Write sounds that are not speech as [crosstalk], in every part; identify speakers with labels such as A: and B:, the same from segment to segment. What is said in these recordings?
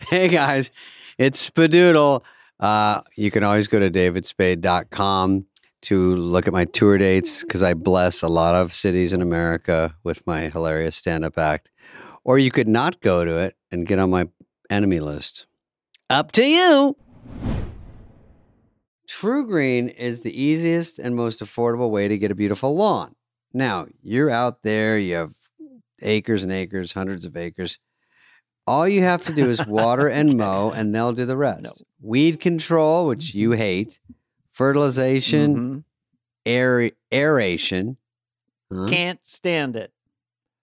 A: [laughs] Hey guys, it's Spadoodle. Uh, you can always go to davidspade.com to look at my tour dates because I bless a lot of cities in America with my hilarious stand up act. Or you could not go to it and get on my enemy list. Up to you. True Green is the easiest and most affordable way to get a beautiful lawn. Now, you're out there, you have acres and acres, hundreds of acres. All you have to do is water and mow, and they'll do the rest. Weed control, which
B: Mm-hmm.
A: you hate, fertilization,
B: Mhm.
A: aer- aeration, huh?
B: Can't stand it.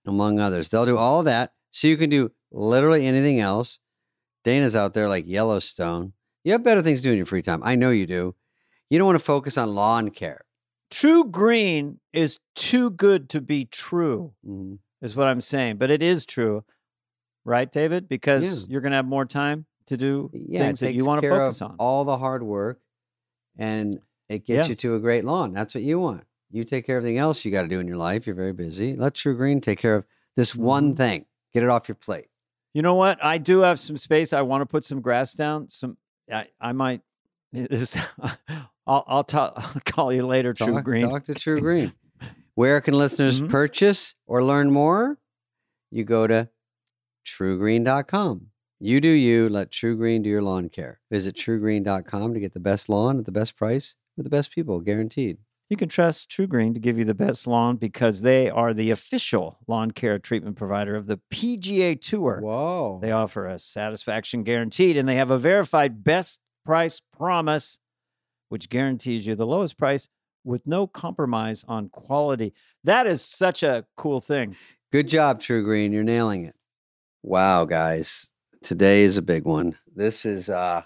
A: among others. They'll do all that. So you can do literally anything else. Dana's out there like Yellowstone. You have better things to do in your free time. I know you do. You don't want to focus on lawn care.
B: True green is too good to be true, is what I'm saying. But it is true, right, David? Because you're going to have more time to do
A: Yeah,
B: things
A: it
B: that you
A: takes
B: want to
A: care
B: focus
A: of
B: on.
A: All the hard work and it gets
B: Yeah.
A: you to a great lawn. That's what you want. You take care of everything else you got to do in your life. You're very busy. Let True Green take care of this one
B: Mhm.
A: thing. Get it off your plate.
B: You know what? I do have some space. I want to put some grass down. Some I, I might. [laughs] This, I'll I'll, ta- [laughs] I'll call you later, True
A: talk,
B: Green.
A: Talk to True
B: [laughs]
A: Green. Where can listeners
B: Mhm.
A: purchase or learn more? You go to truegreen.com. You do you. Let True Green do your lawn care. Visit truegreen.com to get the best lawn at the best price with the best people, guaranteed.
B: You can trust True Green to give you the best lawn because they are the official lawn care treatment provider of the PGA Tour.
A: Whoa.
B: They offer a satisfaction guaranteed and they have a verified best price promise, which guarantees you the lowest price with no compromise on quality. That is such a cool thing.
A: Good job, True Green. You're nailing it. Wow, guys. Today is a big one. This is uh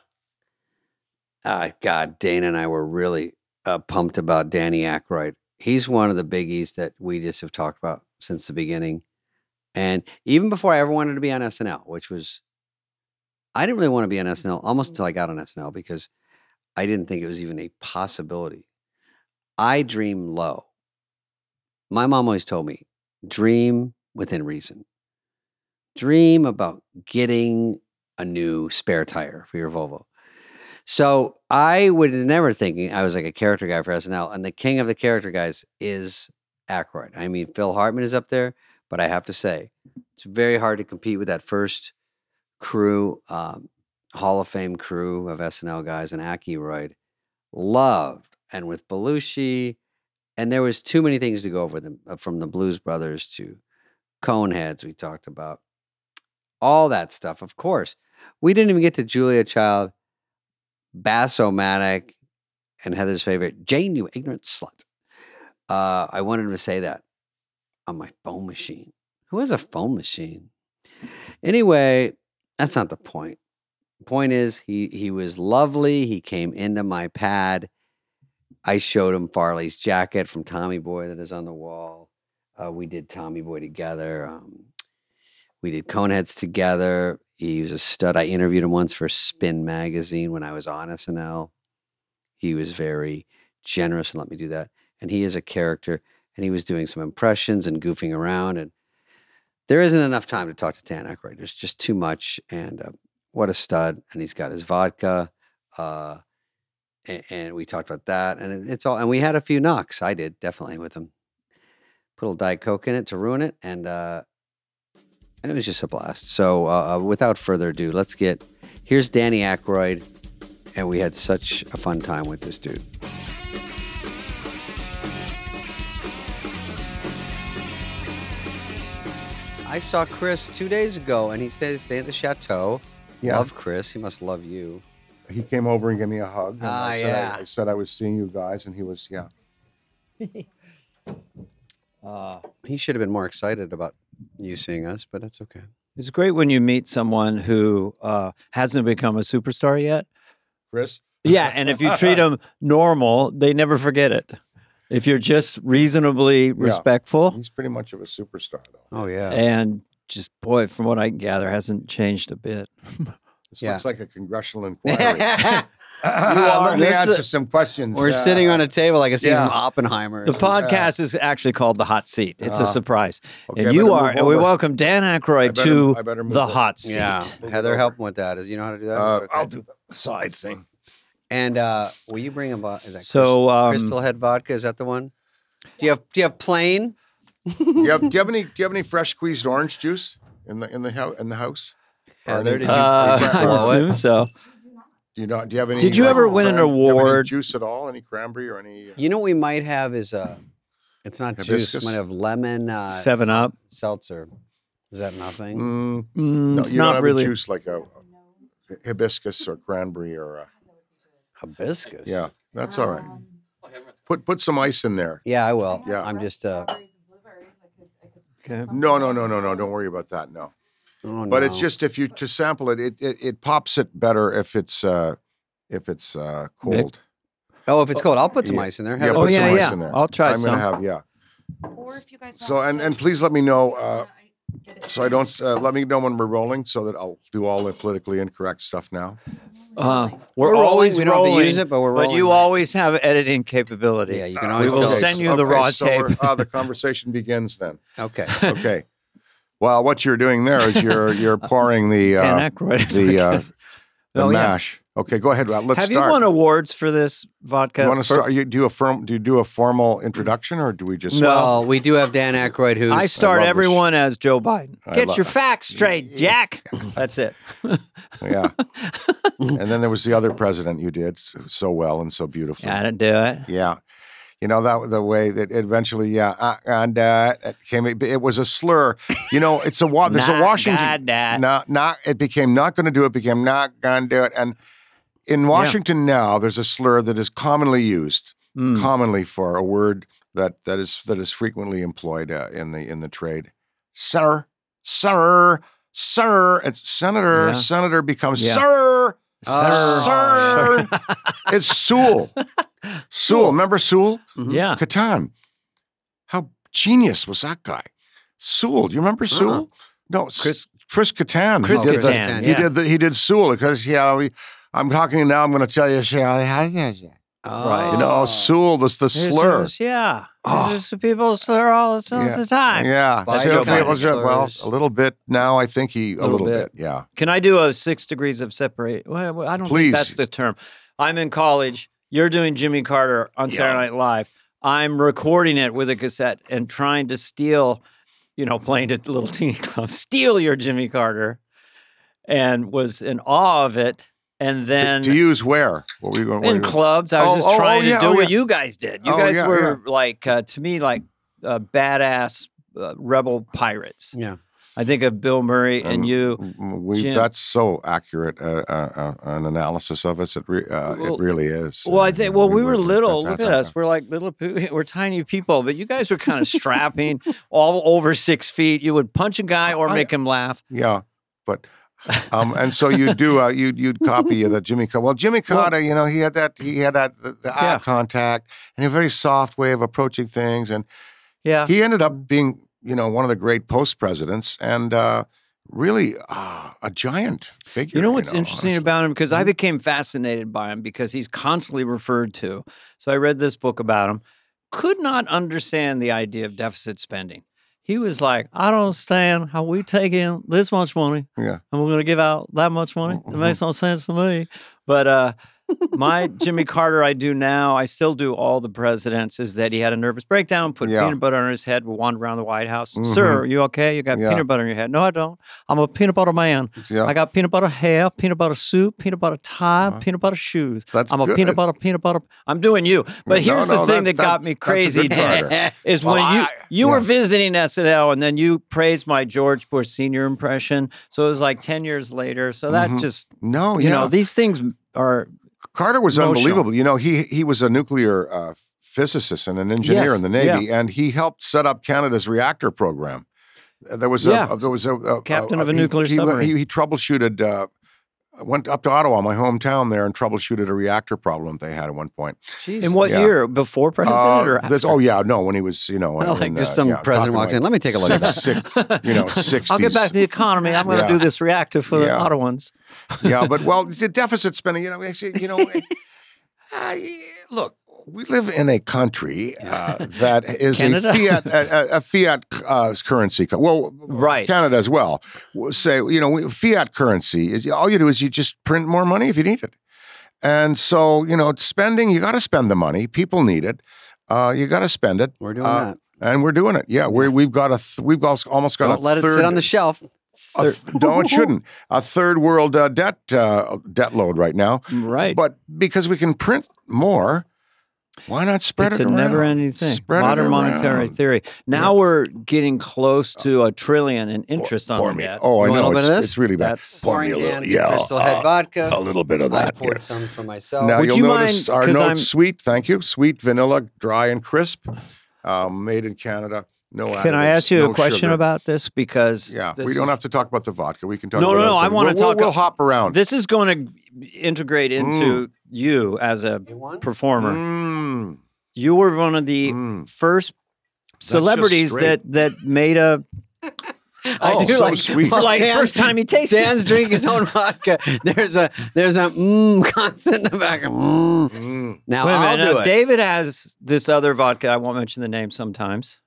A: ah God, Dana and I were really uh, pumped about Danny Aykroyd. He's one of the biggies that we just have talked about since the beginning. And even before I ever wanted to be on SNL, which was I didn't really want to be on SNL almost until I got on SNL because I didn't think it was even a possibility. I dream low. My mom always told me, dream within reason. Dream about getting a new spare tire for your Volvo. So I was never thinking I was like a character guy for SNL, and the king of the character guys is Aykroyd. I mean, Phil Hartman is up there, but I have to say, it's very hard to compete with that first crew, um, Hall of Fame crew of SNL guys, and Aykroyd loved, and with Belushi, and there was too many things to go over them uh, from the Blues Brothers to Coneheads we talked about, all that stuff. Of course, we didn't even get to Julia Child, Bassomatic, and Heather's favorite Jane, you ignorant slut. Uh, I wanted to say that on my phone machine. Who has a phone machine? Anyway, that's not the point. The point is he he was lovely. He came into my pad. I showed him Farley's jacket from Tommy Boy that is on the wall. Uh, we did Tommy Boy together. Um, we did Coneheads together. He was a stud. I interviewed him once for Spin Magazine when I was on SNL. He was very generous and let me do that. And he is a character. And he was doing some impressions and goofing around. And there isn't enough time to talk to Tan Aykroyd. There's just too much. And uh, what a stud! And he's got his vodka. Uh, and, and we talked about that, and it- it's all. And we had a few knocks. I did definitely with him. Put a little diet coke in it to ruin it, and uh, and it was just a blast. So, uh, uh, without further ado, let's get here's Danny Aykroyd, and we had such a fun time with this dude. I saw Chris two days ago, and he said he's staying at the chateau.
C: Yeah,
A: Love Chris. He must love you.
C: he came over and gave me a hug. and
A: Ah,
C: I said,
A: yeah.
C: I, I said I was seeing you guys, and he was, yeah.
A: He should have been more excited about you seeing us, but that's okay.
B: It's great when you meet someone who uh, hasn't become a superstar yet.
C: Chris,
B: Yeah, and if you treat them normal, they never forget it. If you're just reasonably respectful
C: he's pretty much of a superstar, though.
A: Oh yeah.
B: and just boy, from what I can gather, hasn't changed a bit.
C: This
A: Yeah.
B: [laughs]
C: looks like a congressional inquiry. Let me
A: This is-
C: answer
B: [laughs]
C: some questions.
A: We're
C: Uh,
A: sitting on a table like a scene
C: yeah.
A: from Oppenheimer.
B: The podcast is actually called The Hot Seat. It's a
C: Ah.
B: surprise.
C: okay, I
B: and you
C: better
B: are,
C: move
B: and we
C: over.
B: welcome Dan
C: I
B: Aykroyd
C: better-
B: to
C: I better move
B: The
C: over.
B: Hot Seat.
A: yeah,
C: Move it
A: Heather,
C: over.
A: help him with that. Is you know how to do that?
C: Uh,
A: Is that okay?
C: I'll do the
B: [laughs]
C: side thing.
A: And uh, will you bring a bo- is that
B: So, um,
A: Crystal- Crystal Head vodka? Is that the one? Do you have Do you have plain?
C: Do you, have, do you have any? Do you have any fresh squeezed orange juice in the in the house? In the house? Or
A: Heather,
C: any-
A: did you-
B: uh,
C: did
B: [laughs]
C: you
B: I
C: blow it?
B: assume so.
C: Do you not? Do you have any?
B: Did you ever win an
C: cran- do you have any
B: award?
C: juice at all? Any cranberry or any? uh,
A: You know what we might have is uh It's not juice.
C: Hibiscus?
A: We might have lemon uh,
B: Seven Up.
A: seltzer. Is that nothing?
C: Mm,
B: Mm,
C: no,
B: it's
C: you don't
B: not
C: have
B: really.
C: a juice like a, a hibiscus or cranberry or a,
A: Hibiscus.
C: yeah. That's all
B: Oh.
C: right. Put put some ice in there.
A: Yeah, I will.
C: Yeah.
A: I'm just uh.
B: Okay.
C: No, no, no, no, no. Don't worry about that. No.
A: oh,
C: But it's
A: no.
C: just if you to sample it, it it, it pops it better if it's uh if it's uh cold.
A: Oh, if it's cold, I'll put some
C: Yeah.
A: ice in there.
C: Yeah,
A: Heather,
B: Oh,
C: put some
B: yeah,
C: ice
B: yeah.
C: in there.
B: I'll try
C: I'm
B: some.
C: gonna have yeah.
D: Or if you guys
C: So and and please let me know. Uh, so I don't uh, let me know when we're rolling, so that I'll do all the politically incorrect stuff now.
B: Uh, we're,
A: rolling.
B: always
A: we don't have to use
B: rolling,
A: it, but we're rolling.
B: But you
A: right?
B: always have editing capability.
A: Yeah, you can
C: Uh,
A: always
B: we will
A: tell us.
B: send you the raw
C: so we're-
B: tape.
C: ah, the conversation begins then.
A: Okay.
C: Okay. well, what you're doing there is you're
B: [laughs]
C: you're pouring the uh,
B: Dan Aykroyd. [laughs]
C: the uh, the
B: Oh, yes.
C: mash. Okay, go ahead. Well, let's
B: have
C: start.
B: you won awards for this vodka?
C: you want to
B: For-
C: start? You do a firm? Do you do a formal introduction, or do we just?
B: [laughs] No.
A: Well, we do have Dan Aykroyd, who's
B: I start
C: love this.
B: everyone as Joe Biden.
C: I
B: Get
C: love-
B: your facts straight, Jack. That's it. [laughs]
C: Yeah. and then there was the other president you did s- so well and so beautifully.
B: I didn't do it.
C: Yeah. You know that the way that eventually, yeah, uh, and uh, it came. It was a slur. You know, it's
B: [laughs]
C: a wa- there's a
B: Not
C: Washington.
B: gonna do it.
C: Not, not. It became not going to do it. Became not going to do it. And in Washington now, there's a slur that is commonly used,
B: Mm.
C: commonly for a word that that is that is frequently employed uh, in the in the trade. Sir, sir, sir. It's senator.
B: Yeah.
C: Senator becomes
B: Yeah.
C: sir.
A: Oh,
C: Sir,
B: [laughs]
C: it's Sewell. Sewell, remember Sewell?
A: uh,
B: Yeah.
C: Catan. How genius was that guy? Sewell, you remember Sewell? No, S-
B: Chris-
C: Chris
A: mm-hmm.
C: Catan.
B: Chris
C: he did the-
B: Kattan,
C: he
B: yeah.
C: did the, he did Sewell because yeah, we, I'm talking to you now. I'm going to tell you, [laughs] you
A: Oh.
B: Right.
A: [laughs]
C: know, Sewell, the, the
B: There's
C: slur.
B: just- yeah.
C: Oh.
B: There's just people slur all the, all
C: Yeah.
B: the time.
C: Yeah,
A: By
C: So
B: Joe
C: people
B: Biden
C: just- well,
A: slurs.
C: a little bit now. I think he a
B: Little
C: little,
B: bit.
C: bit. yeah.
B: Can I do a six degrees of separate? Well, well, I don't think
C: Please.
B: that's the term. I'm in college. You're doing Jimmy Carter on Saturday Night Live. I'm recording it with a cassette and trying to steal, you know, playing at little teeny [laughs] club, steal your Jimmy Carter, and was in awe of it. And
C: To-
B: then
C: to, use where? What were you going?
B: in clubs, I
C: Oh,
B: was
C: oh,
B: just
C: oh,
B: trying
C: yeah,
B: to do
C: oh,
B: what
C: yeah.
B: you guys did. You
C: Oh,
B: guys
C: yeah,
B: were like, uh, to me, like uh, badass uh, rebel pirates.
A: Yeah.
B: I think of Bill Murray
C: Um,
B: and you.
C: we
B: Jim.
C: that's so accurate uh, uh, uh, an analysis of us. It re, uh,
B: Well-
C: it really is.
B: Well, I
C: And,
B: think.
C: uh,
B: Well, we
C: were-
B: were little.
C: that's-
B: Look at us. We're like little. pe- [laughs] We're tiny people, but you guys were kind
C: [laughs]
B: of strapping, all over six feet. You would punch a guy or
C: I-
B: make him laugh.
C: Yeah,
B: [laughs]
C: but um, and so you do uh, you you'd copy the Jimmy Carter. Well, Jimmy Carter, you know, he had that he had that the, the
B: Yeah.
C: eye contact and a very soft way of approaching things, and
B: Yeah.
C: he ended up being you know one of the great post presidents and. Uh, Really, uh, a giant figure.
B: You know what's interesting
C: honestly.
B: about him because
C: mm-hmm.
B: I became fascinated by him because he's constantly referred to. So I read this book about him. Could not understand the idea of deficit spending. He was like, I don't understand how we take in this much money
C: Yeah.
B: and we're going to give out that much money.
C: Mm-hmm.
B: It makes no sense to me. But uh, my Jimmy Carter I do now, I still do all the presidents, is that he had a nervous breakdown, put
C: Yeah.
B: peanut butter on his head, would wander around the White House.
C: Mhm.
B: Sir, are you okay? You got
C: Yeah.
B: peanut butter on your head. No, I don't. I'm a peanut butter man.
C: Yeah,
B: I got peanut butter hair, peanut butter soup, peanut butter tie,
C: Uh-huh.
B: peanut butter shoes.
C: That's
B: I'm a
C: good.
B: peanut butter, peanut butter. I'm doing you. But
C: No,
B: here's
C: no,
B: the thing that,
C: that-
B: got
C: that-
B: me
C: that's a
B: crazy,
C: good
B: Dan, is
C: Well,
B: when you
C: I-
B: you were
C: yeah.
B: visiting SNL and then you praised my George Bush senior impression. So it was like 10 years later. So that
C: Mhm.
B: just,
C: no,
B: you
C: yeah.
B: know, these things are,
C: Carter was
B: Emotional.
C: unbelievable. You know, he he was a nuclear uh, physicist and an engineer
B: Yes,
C: in the Navy, and he helped set up Canada's reactor program. Uh, There was a,
B: Yeah.
C: there was a, a-
B: Captain of a
C: he-
B: nuclear
C: he,
B: submarine.
C: He, he troubleshooted uh, I went up to Ottawa, my hometown there, and troubleshooted a reactor problem they had at one point.
A: Jesus.
D: In what
C: Yeah.
D: year? Before president or
C: Uh, this-
D: after?
C: oh yeah, no, when he was you know
A: Well,
C: in
A: like
C: the-
A: just some
C: uh, yeah,
A: president
C: talking
A: walks
C: like
A: in. Let me take a look at
C: six-
B: [laughs]
A: that.
C: six-
A: [laughs]
C: you know, 60s.
D: I'll get back to the economy. I'm going to
C: Yeah.
D: do this reactive for the
C: Yeah.
D: Ottawans.
C: yeah, but well, the deficit spending, you know, actually, you know, [laughs] uh, look, we live in a
A: [laughs]
C: country uh, that is a
D: Canada?
C: fiat a, a- a fiat uh, currency. co- Well,
D: Right.
C: Canada as well. We'll Say, you know, we- fiat currency. is- All you do is you just print more money if you need it. And so, you know, spending, you got to spend the money. People need it. Uh, you got to spend it,
A: We're doing
C: Uh,
A: that.
C: and we're doing it. Yeah, we're, we've got a th- we've got almost got
A: Don't
C: a
A: let it
C: third
A: sit on the shelf.
C: a th- no,
B: [laughs]
C: it shouldn't. A third world uh, debt uh, debt load right now,
B: Right.
C: but because we can print more, why not spread
B: it's
C: it
B: a
C: around?
B: never ending thing.
C: Spread it
B: Modern monetary
C: around.
B: theory. Now we're getting close to a trillion in interest
C: Pour
B: on
C: me.
B: that.
C: Oh, I
A: You want a
C: know.
A: little
C: It's,
A: bit of this?
C: it's really bad.
B: That's
C: Pour me
A: Pouring
C: a little-
A: Dan's
C: yeah,
A: Crystal Head
C: uh,
A: vodka.
C: a little bit of
A: I
C: that.
A: poured
C: here.
A: some for myself.
C: Now
B: Would
C: you'll
B: you
C: notice
B: mind-
C: our
B: 'cause
C: note
B: I'm-
C: sweet. Thank you. Sweet vanilla, dry and crisp, um, made in Canada. No.
B: Can I
C: additives,
B: ask you
C: no
B: a question
C: sugar.
B: about this? Because
C: Yeah,
B: this
C: we don't have to talk about the vodka. We can talk.
B: No,
C: about
B: no,
C: other
B: no, I
C: things.
B: wanna
C: We'll- we'll-
B: talk-
C: We'll hop around.
B: This is going to integrate into you as a
A: You want?
B: performer.
C: Mm,
B: You were one of the
C: mm.
B: first
C: just
B: celebrities that
C: straight.
B: that made a
A: I
C: Oh,
A: do
C: so
A: like,
C: sweet.
A: well,
B: like
A: Dan-
B: first time he tasted.
A: Dan's drinking
B: [laughs]
A: his own vodka. There's a there's a mm [laughs] constant in the back. Mm.
C: Mm.
A: Now
B: Wait a
A: I'll
B: minute,
A: do
B: now,
A: it.
B: David has this other vodka. I won't mention the name sometimes.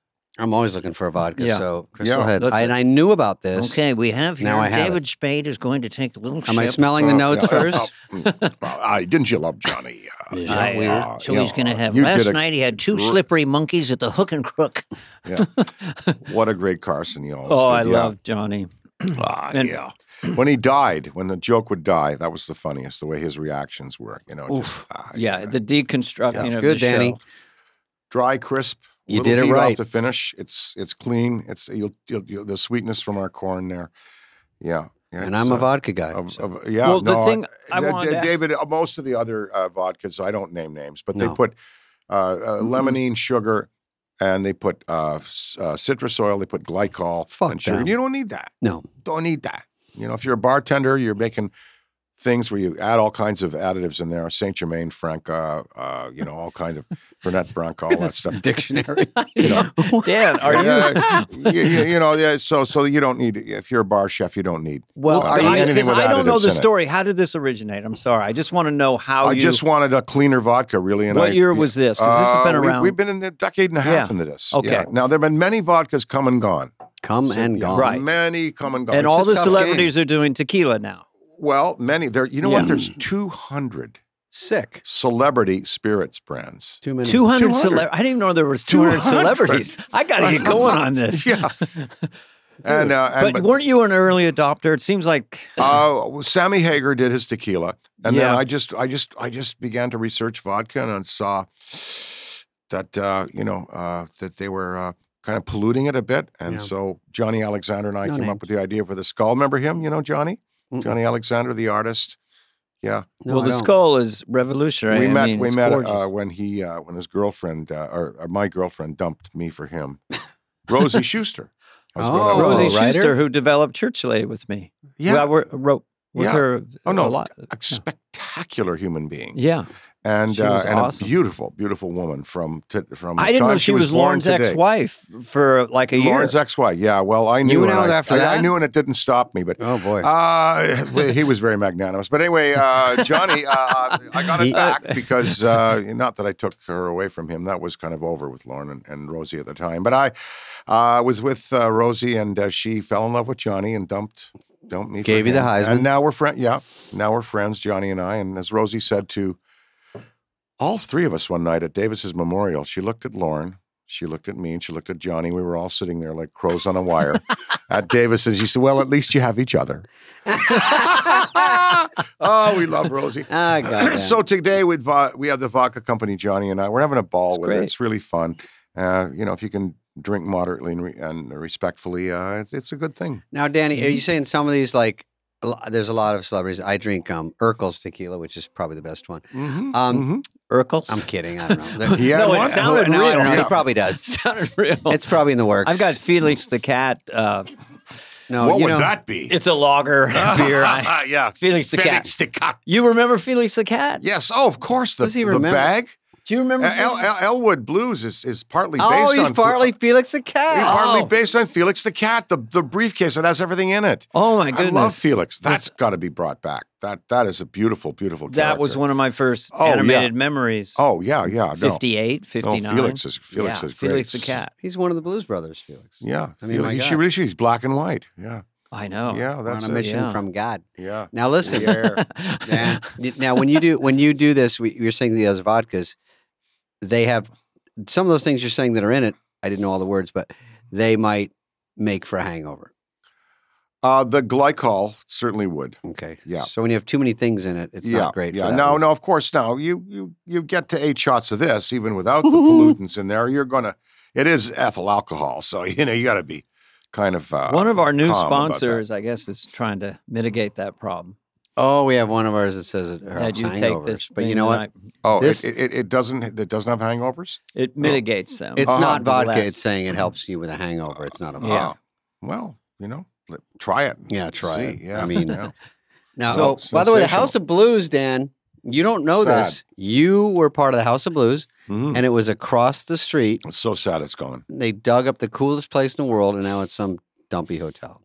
A: I'm always looking for a vodka.
B: Yeah.
A: So Crystal
C: Yeah,
A: Head,
B: that's
A: I,
B: it.
A: and I knew about this.
B: we have
A: Now I have it.
B: Spade is going to take the little
A: Am I smelling the
C: Uh,
A: notes
C: yeah,
A: first?
C: uh, mm, well, I didn't. You love Johnny.
A: [laughs]
C: Uh,
A: Is that weird?
C: uh, uh, you know, uh, you did a-
D: he had two
C: gr- slippery
D: monkeys at the hook and crook.
C: What a great Carson you
B: [laughs]
C: always
B: Oh, I
C: did, yeah.
B: love Johnny.
C: Ah,
B: and-
C: yeah. When he died, when the joke would die, that was the funniest. The way his reactions were, you know. just, ah,
B: Yeah,
C: you know.
B: the deconstructing
A: That's
B: of
A: good,
B: the
A: Danny.
B: show.
C: dry, crisp.
A: You
C: little
A: did it
C: heat
A: right.
C: Off the finish, it's it's clean. It's you'll, you'll, you'll the sweetness from our corn there. Yeah, yeah,
A: and
C: it's,
A: I'm a
C: uh,
A: vodka guy.
C: of-
A: so-
C: of- yeah.
B: well, the
C: no,
B: thing I
C: Yeah,
B: wanted
C: Da-
B: to- [laughs]
C: David, uh, most of the other uh, vodkas, I don't name names, but they
A: No.
C: put uh, uh,
B: Mm-hmm.
C: lemonine, sugar, and they put uh, s- uh, citrus oil. They put glycol
A: Fuck
C: and sugar.
A: them.
C: You don't need that.
A: no,
C: Don't need that. You know, if you're a bartender, you're making things where you add all kinds of additives in there. Saint Germain, Franca, uh, you know, all kind of Fernet
B: [laughs]
C: Branca, all that stuff.
A: [laughs] dictionary.
B: Dan, are you?
C: Yeah, you, you- you know, yeah, so so you don't need. If you're a bar chef, you don't need.
A: Well,
C: Well,
A: are
C: I-
A: you?
B: I,
C: anything
B: 'cause
C: with
B: I don't know
C: additives
B: the
C: in it.
B: story. How did this originate? I'm sorry. I just want to know how
C: I
B: Oh, you.
C: just wanted a cleaner vodka, really. And
B: what
C: I,
B: year was this? Because this has been
C: Uh, we-
B: around.
C: we've been in a decade and a half
B: Yeah.
C: into this.
B: Okay.
C: Yeah. Now there have been many vodkas come and gone.
A: Come
C: So,
A: and
C: yeah,
A: gone.
B: Right.
C: Many come and gone.
B: and
C: oh, It's
B: all
C: a
B: the
C: tough
B: celebrities are doing tequila now.
C: game. Well, many there. You know
B: Yeah.
C: what? There's 200
A: Sick.
C: celebrity
B: [laughs]
C: spirits brands.
A: Too many.
B: Two hundred
C: 200.
B: celebrities. I didn't even know there was two hundred
C: 200.
B: celebrities. I got to get going on this.
C: [laughs] Yeah.
B: [laughs]
C: and, uh, and
B: but, weren't you an early adopter? It seems like
C: uh, Sammy Hager did his tequila, and then
B: Yeah.
C: I just, I just, I just began to research vodka, and I saw that uh, you know uh, that they were uh, kind of polluting it a bit, and
A: Yeah.
C: so Johnny Alexander and I
A: No
C: came
A: names.
C: up with the idea for the skull. Remember him? You know Johnny,
A: Mm-mm.
C: Johnny Alexander, the artist. Yeah,
A: No,
B: well,
A: I
B: the
A: don't.
B: skull is revolutionary.
C: we
B: I
C: met.
B: mean,
C: we
B: it's
C: met
B: gorgeous.
C: uh, when he uh, when his girlfriend uh, or, or my girlfriend dumped me
B: [laughs]
C: for him, Rosie Schuster. I was going out
A: Oh,
C: with
B: Rosie
A: Rosie Ryder?
B: Schuster, who developed Churchlade with me.
C: Yeah,
B: Well, I wor- wrote with
C: Yeah.
B: her.
C: Oh,
B: a
C: no.
B: lot.
C: a spectacular human being.
B: Yeah,
C: and
B: She
C: uh,
B: was
C: and
B: awesome.
C: a beautiful, beautiful woman from t- from.
B: I
C: the
B: didn't know
C: time
B: she, was,
C: born
B: Lauren's
C: today.
B: ex-wife for like a
C: Lauren's
B: year.
C: ex-wife. Yeah, well, I knew.
A: were
C: and
A: out
C: I-
A: there after
C: I, I
A: that?
C: knew, and it didn't stop me. But
A: Oh boy.
C: uh, [laughs] well, he was very magnanimous. But anyway, uh, Johnny, uh, I got
A: He-
C: it back because uh, not that I took her away from him. That was kind of over with Lauren and, and Rosie at the time. But I uh, was with uh, Rosie, and uh, she fell in love with Johnny and dumped dumped me. for
A: Gave you the
C: him.
A: Heisman.
C: and now we're friends. Yeah, now we're friends, Johnny and I. And as Rosie said to all three of us one night at Davis's memorial, she looked at Lauren. She looked at me and she looked at Johnny. We were all sitting there like crows on a wire
A: [laughs]
C: at Davis's. She said, Well, at least you have each other. oh, we love Rosie.
A: [laughs] Ah, God.
C: so today we we have the vodka company, Johnny and I. We're having a ball
B: It's
C: with
B: great.
C: it. It's really fun. Uh, you know, if you can drink moderately and, re- and respectfully, uh, it's, it's a good thing.
A: now, Danny, are you saying some of these like? a lo- There's a lot of celebrities. I drink um Urkel's tequila, which is probably the best one.
C: Mm-hmm.
A: Um,
B: Urkels. [laughs]
A: I'm kidding. I don't know.
C: He had
B: No, it
C: one.
B: sounded
A: no, I
B: real.
A: don't know. He
C: Yeah.
A: probably does.
B: sounded real.
A: It's probably in the works.
B: I've got Felix the cat. Uh,
A: No,
C: what
A: you
C: would
A: know,
C: that be?
D: It's
C: [laughs]
D: a lager
B: [laughs]
D: beer. I,
C: yeah.
D: Felix the
C: Felix
D: Cat.
C: the cat.
D: You remember Felix the Cat?
C: Yes. Oh, of course. The,
A: Does he
C: the
A: remember?
C: bag.
D: Do you remember?
C: Uh, El,
D: Felix?
C: El, Elwood Blues is, is partly based
A: Oh, he's
C: on
A: partly Felix the
C: He's
A: cat.
C: partly
D: Oh.
C: based on Felix the Cat, the, the briefcase that has everything in it.
D: oh my goodness.
C: I love Felix. That's got to be brought back. That that is a beautiful, beautiful. Character.
B: That was one of my first
C: Oh, yeah.
B: animated memories.
C: Oh yeah, yeah. No,
D: 58,
C: no
D: 59.
C: Felix is Felix
D: Yeah,
C: is great.
D: Felix the Cat.
A: He's one of the Blues Brothers, Felix.
C: Yeah,
A: I mean,
C: Felix-
A: my
C: he- she
A: God. Oh,
C: really she's black and white. Yeah,
D: I know.
B: [laughs]
C: yeah.
A: We're on
C: That's
A: a
C: it.
A: mission
B: yeah.
A: from God.
C: Yeah.
A: Now listen,
C: Yeah.
B: [laughs]
A: Dan, y- [laughs] now when you do when you do this, we, you're saying the those vodkas, they have some of those things you're saying that are in it. I didn't know all the words, but they might make for a hangover.
C: Uh, the glycol certainly would.
A: Okay.
C: Yeah.
A: So when you have too many things in it, it's
C: yeah,
A: not great. for
C: Yeah,
A: that
C: no,
A: reason.
C: no. Of course, no. You you you get to eight shots of this, even without the pollutants in there. You're gonna. It is ethyl alcohol, so [laughs] you know you got to be kind of. Uh,
B: One of our new
C: calm about that.
B: sponsors, I guess, is trying to mitigate that problem.
A: Oh, we have one of ours that says it
B: That
A: helps
B: you take
A: hangovers.
B: this,
A: but you
B: thing
A: know what?
B: and
C: Oh,
A: This-
C: it, it, it doesn't. It doesn't have hangovers.
B: I- it mitigates them.
A: It's
C: Uh-huh.
A: not vodka.
B: Less.
A: It's saying it helps you with a hangover. It's not a vodka.
B: Yeah.
C: Oh, well, you know, let- try it. and
A: Yeah, try it.
C: see. Yeah,
A: I mean,
C: yeah.
A: Now,
C: So,
A: oh, by the way, the
C: sensational.
A: House of Blues, Dan. You don't know
C: Sad.
A: this. You were part of the House of Blues,
C: Mhm.
A: and it was across the street.
C: it's so sad it's gone.
A: They dug up the coolest place in the world, and now it's some dumpy hotel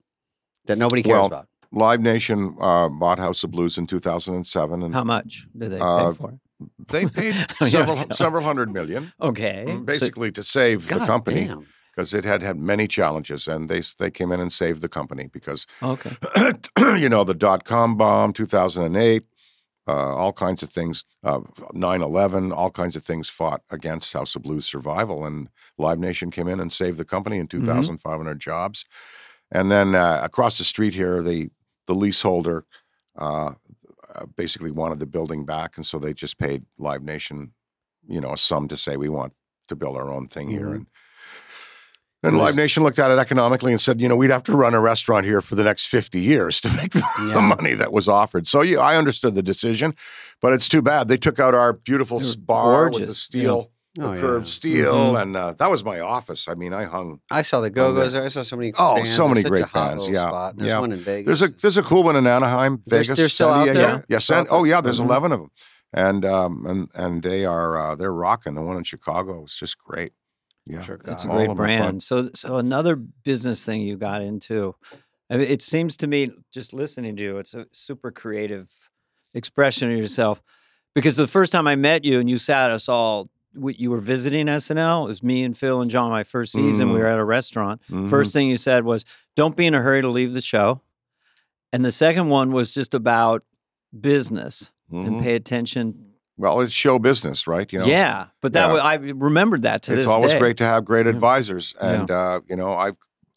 A: that nobody cares
C: Well,
A: about.
C: Live Nation uh, bought House of Blues in 2007, and
B: How much do they
C: Uh,
B: pay for? it?
C: they paid
B: [laughs] Yeah,
C: several
B: so-
C: several hundred million,
B: Okay, so-
C: mm, basically to save the
A: God
C: company [laughs]
A: damn.
C: because it had had many challenges, and they they came in and saved the company because [clears throat]
B: okay.
C: you know the dot com bomb, 2008. Uh, all kinds of things, uh, 9-11, all kinds of things fought against House of Blues survival, and Live Nation came in and saved the company in
B: Mm-hmm.
C: 2,500 jobs. And then uh, across the street here, the the leaseholder uh, uh, basically wanted the building back, and so they just paid Live Nation, you know, a sum to say we want to build our own thing here.
A: Mhm.
C: And and
A: It
C: Live
A: was-
C: Nation looked at it economically and said, you know, we'd have to run a restaurant here for the next 50 years to make [laughs] the, the
A: Yeah.
C: money that was offered. So yeah, I understood the decision, but it's too bad they took out our beautiful
B: They were
C: s- bar with the
B: gorgeous,
C: steel
A: Oh,
C: the
A: yeah.
C: curved steel,
B: Mhm.
C: and uh, that was my office. I mean, I hung.
A: I saw the Go Go's there. I saw so many.
C: Oh,
A: bands.
C: so
A: It's
C: many
A: such a
C: great
A: hot
C: bands,
A: little
C: yeah.
A: spot. There's
C: Yeah.
A: one in Vegas.
C: There's a there's a cool one in Anaheim,
A: They're-
C: Vegas.
A: they're still out
C: San Diego.
A: there?
C: Yes,
A: Still
C: and,
A: out
C: oh
A: there?
C: yeah, there's
A: Mhm.
C: eleven of them, and um and and they are uh, they're rocking. The one in Chicago was just great. Yeah,
A: Sure, God.
B: That's a
C: All
B: great
C: of 'em are fun.
B: brand. So, so another business thing you got into. I mean, it seems to me, just listening to you, it's a super creative expression of yourself. Because the first time I met you and you sat us all, we, you were visiting SNL. It was me and Phil and John. My first season, we
C: Mm.
B: were at a restaurant.
C: Mhm.
B: First thing you said was, "Don't be in a hurry to leave the show," and the second one was just about business
C: Mhm.
B: and pay attention.
C: well, it's show business, right? You know,
B: yeah, but that
C: Yeah.
B: wa- I remembered that to
C: it's
B: this
C: always
B: day.
C: great to have great
B: Yeah.
C: advisors,
B: Yeah.
C: and uh, you know, I've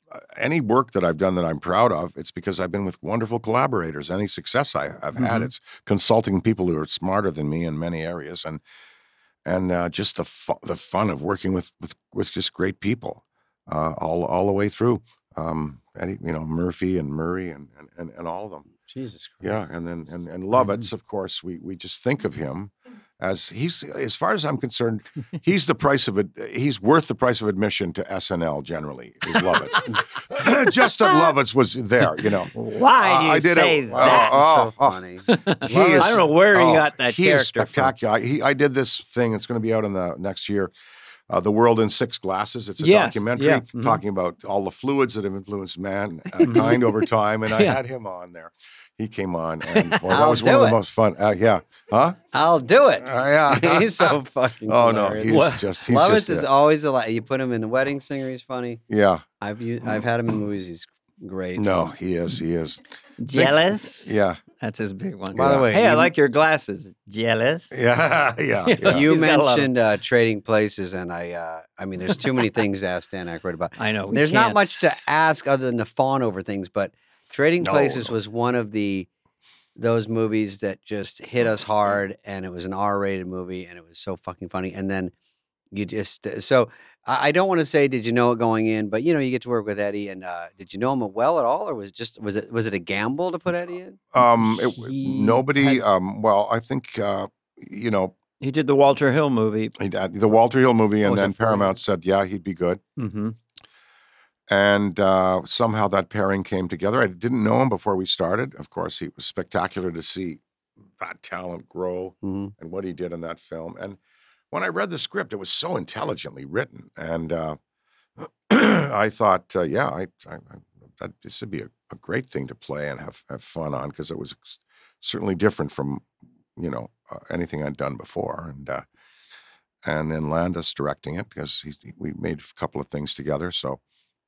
C: uh, any work that I've done that I'm proud of, it's because I've been with wonderful collaborators. Any success I, I've had,
B: Mhm.
C: it's consulting people who are smarter than me in many areas, and and uh, just the fu- the fun of working with with with just great people uh, all all the way through. Um, Eddie, you know Murphy and Murray and and- and, and all of them.
A: Jesus Christ.
C: Yeah, and then and, and Lovitz, of course, we we just think of him as he's as far as I'm concerned, he's the price of it. He's worth the price of admission to SNL generally. Is Lovitz [laughs] just that Lovitz was there, you know.
B: Why do
C: Uh,
B: you
C: I did a-
B: say
C: Wow.
B: that?
C: Oh,
A: Oh,
C: oh,
A: funny.
C: He
A: Lovitz-
B: I don't know where
C: oh,
B: he got that
C: he
B: character.
C: is spectacular. He, I did this thing. It's going to be out in the next year. Uh, the world in six glasses. It's a
B: Yes,
C: documentary
B: yeah, mhm.
C: talking about all the fluids that have influenced mankind over time, and I
B: Yeah.
C: had him on there. He came on, and boy, that
A: I'll
C: was one
A: do
C: of the
A: it.
C: most fun. Uh, yeah, huh?
A: I'll do
C: [laughs]
A: it. [laughs]
C: Uh, yeah.
A: he's so fucking.
C: Oh no,
A: hilarious.
C: he's
B: What?
C: just he's
A: Lovitz
C: just
A: is
C: a-
A: always a lot. You put him in the wedding singer. He's funny.
C: yeah.
A: I've u- I've had him in movies. He's great.
C: Mm. No, he is. He is.
B: Jealous?
C: Yeah, [laughs]
B: That's his big one.
A: By the
C: Yeah.
A: way,
B: hey, I
A: you-
B: like your glasses. Jealous?
C: yeah, yeah. yeah.
B: Yeah.
A: You
B: He's got a lot of-
A: mentioned uh, trading places, and I uh, I mean, there's too many things to ask Dan Aykroyd about.
B: I know. we
A: There's not
B: can't.
A: much to ask other than to fawn over things, but Trading
C: No,
A: Places
C: no.
A: was one of the those movies that just hit us hard, and it was an R-rated movie, and it was so fucking funny. And then you just uh, so I, I don't want to say did you know it going in, but you know you get to work with Eddie, and uh, did you know him well at all, or was just was it was it a gamble to put Eddie in?
C: Um, it-
B: He
C: nobody.
B: had-
C: um, well, I think uh, you know
B: He did the Walter Hill movie.
C: he- uh, the Walter Hill movie,
A: Oh,
C: and
A: is it
C: then
A: for you?
C: Paramount said, yeah, he'd be good.
B: Mm-hmm.
C: And uh, somehow that pairing came together. I didn't know him before we started. Of course, he was spectacular to see that talent grow
A: hmm
B: Mm-hmm.
C: and what he did in that film. And when I read the script, it was so intelligently written, and uh, [clears throat] I thought, uh, yeah, I, I, I that this would be a, a great thing to play and have, have fun on because it was ex- certainly different from you know uh, anything I'd done before, and uh, and then Landis directing it because he, he- we made a couple of things together, so.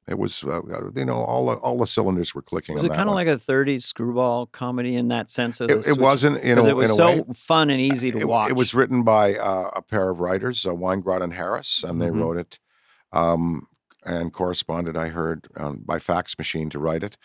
C: It was, uh, uh, you know, all the, all the cylinders were clicking.
B: Was
C: on
B: it
C: that
B: kind of like
C: one.
B: a 30s screwball comedy in that sense? Of the
C: it, it
B: switch-
C: wasn't, you
B: 'cause
C: know,
B: it was
C: in a
B: so
C: way,
B: fun and easy to
C: it,
B: watch.
C: It was written by uh, a pair of writers, uh, Weingrod and Harris, and they
B: Mhm.
C: wrote it um, and corresponded, I heard, um, by fax machine to write it.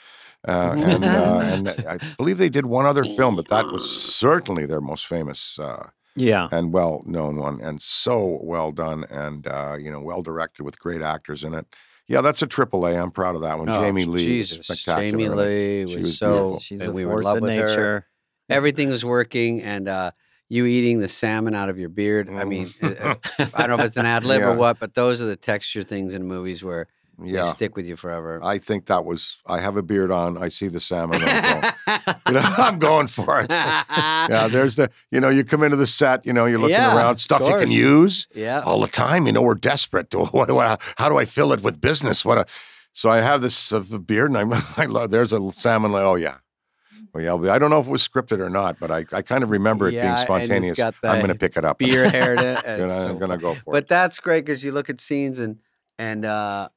C: Uh, and, uh, and I believe they did one other film, but that was certainly their most famous uh,
B: yeah.
C: and well known one, and so well done and, uh, you know, well directed with great actors in it. Yeah, that's a triple A. I'm proud of that one.
A: Oh,
C: Jamie Lee, is
A: Jesus,
C: spectacular.
A: Jamie
C: in it.
A: Lee was,
C: She was
A: so,
C: beautiful.
B: She's
A: and
B: a
A: we were in
B: force
A: love
B: of
A: with her. [laughs]
B: nature.
A: everything was working and uh you eating the salmon out of your beard i mean uh, uh, i don't know if it's an
C: [laughs]
A: ad lib or
C: Mm. Yeah.
A: what but those are the texture things in movies where they
C: Yeah,
A: stick with you forever
C: I think that was. I have a beard on. I see the salmon. I'm going,
A: [laughs]
C: [laughs] You know, I'm going for it. Yeah, there's the, you know, you come into the set, you know, you're looking
A: Yeah,
C: around,
A: of
C: stuff you can
A: course.
C: use
A: yeah
C: all the time. You know, we're desperate. [laughs] What do I, how do I fill it with business? What a, so I have this uh, the beard and I'm, [laughs] I love, there's a salmon. Like, oh, yeah. Well, yeah, but I don't know if it was scripted or not, but I, I kind of remember it
A: Yeah,
C: being
A: and he's
C: spontaneous.
A: got
C: I'm
A: the
C: going to pick it up. [laughs]
A: beer hair to,
C: and
A: it's so
C: I'm going to go for
A: but
C: it.
A: that's great because you look at scenes and and uh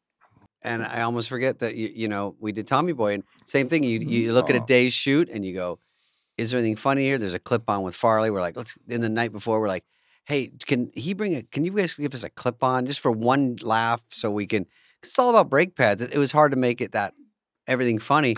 A: and I almost forget that you you know we did Tommy Boy and same thing. You you look at a
C: Oh.
A: day's shoot and you go, is there anything funny here? There's a clip on with Farley. We're like, let's. In the night before, we're like, hey, can he bring a? Can you guys give us a clip on just for one laugh so we can? 'cause It's all about brake pads. It, it was hard to make it that everything funny.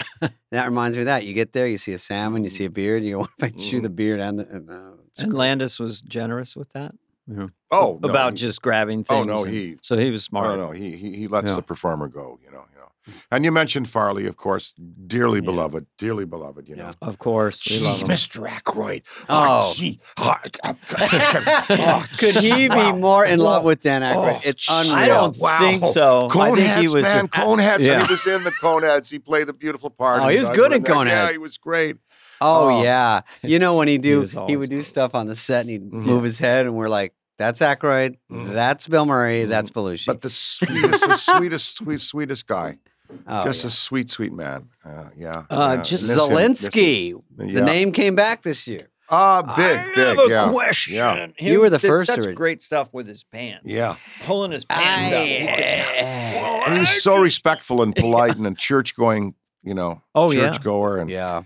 A: that reminds me of that. You get there, you see a salmon, you see
C: Mm.
A: a beard. You go, what if I chew the beard and the? And, uh, it's
B: And
A: great."
B: Landis was generous with that. Yeah.
C: Oh, no,
B: about
C: he-
B: just grabbing
C: Oh,
B: things.
C: no,
B: and-
C: he-
B: So he was
C: No,
B: smart.
C: no, he he, he lets
B: Yeah.
C: the performer go. You know, you know. And you mentioned Farley, of course, dearly beloved, dearly beloved. You
A: Yeah.
C: know.
B: Of course. We love
C: Gee,
B: him.
C: Mr. Ackroyd.
A: Oh.
C: gee. Oh, I- I- oh,
A: Could he
C: wow.
A: be more in love
C: Whoa.
A: with Dan Aykroyd?
C: Oh,
A: it's
C: geez.
A: unreal.
B: I don't
C: Wow.
B: think so. I think
C: Coneheads,
B: he was.
C: man. Coneheads.
B: Yeah.
C: And he was in the Coneheads. He played the beautiful part.
A: Oh, he was good in
C: Yeah,
A: Coneheads.
C: he was great.
A: Oh,
C: Oh.
A: yeah, you know when he do
B: was
A: he,
B: always
A: would do
B: great.
A: stuff on the set and he'd
C: Mm-hmm.
A: move his head and we're like, that's Aykroyd, that's Bill Murray, that's Belushi.
C: Mm-hmm. But the sweetest, the sweetest, sweet, sweetest guy.
A: [laughs] oh,
C: just
A: yeah.
C: a sweet, sweet man. Uh, yeah.
B: Uh,
C: yeah.
B: just
C: Miss him, miss him.
A: Zelensky, the
C: Yeah.
A: name came back this year.
C: Ah, big, big. yeah.
B: question.
C: Yeah.
B: He
A: You were the
B: did
A: first
B: Such
A: orig-
B: great stuff with his pants.
C: Yeah.
B: Pulling his pants out.
C: And he was so respectful
A: [laughs]
C: and polite and a church going, you know,
B: Oh, yeah.
C: church goer. And yeah,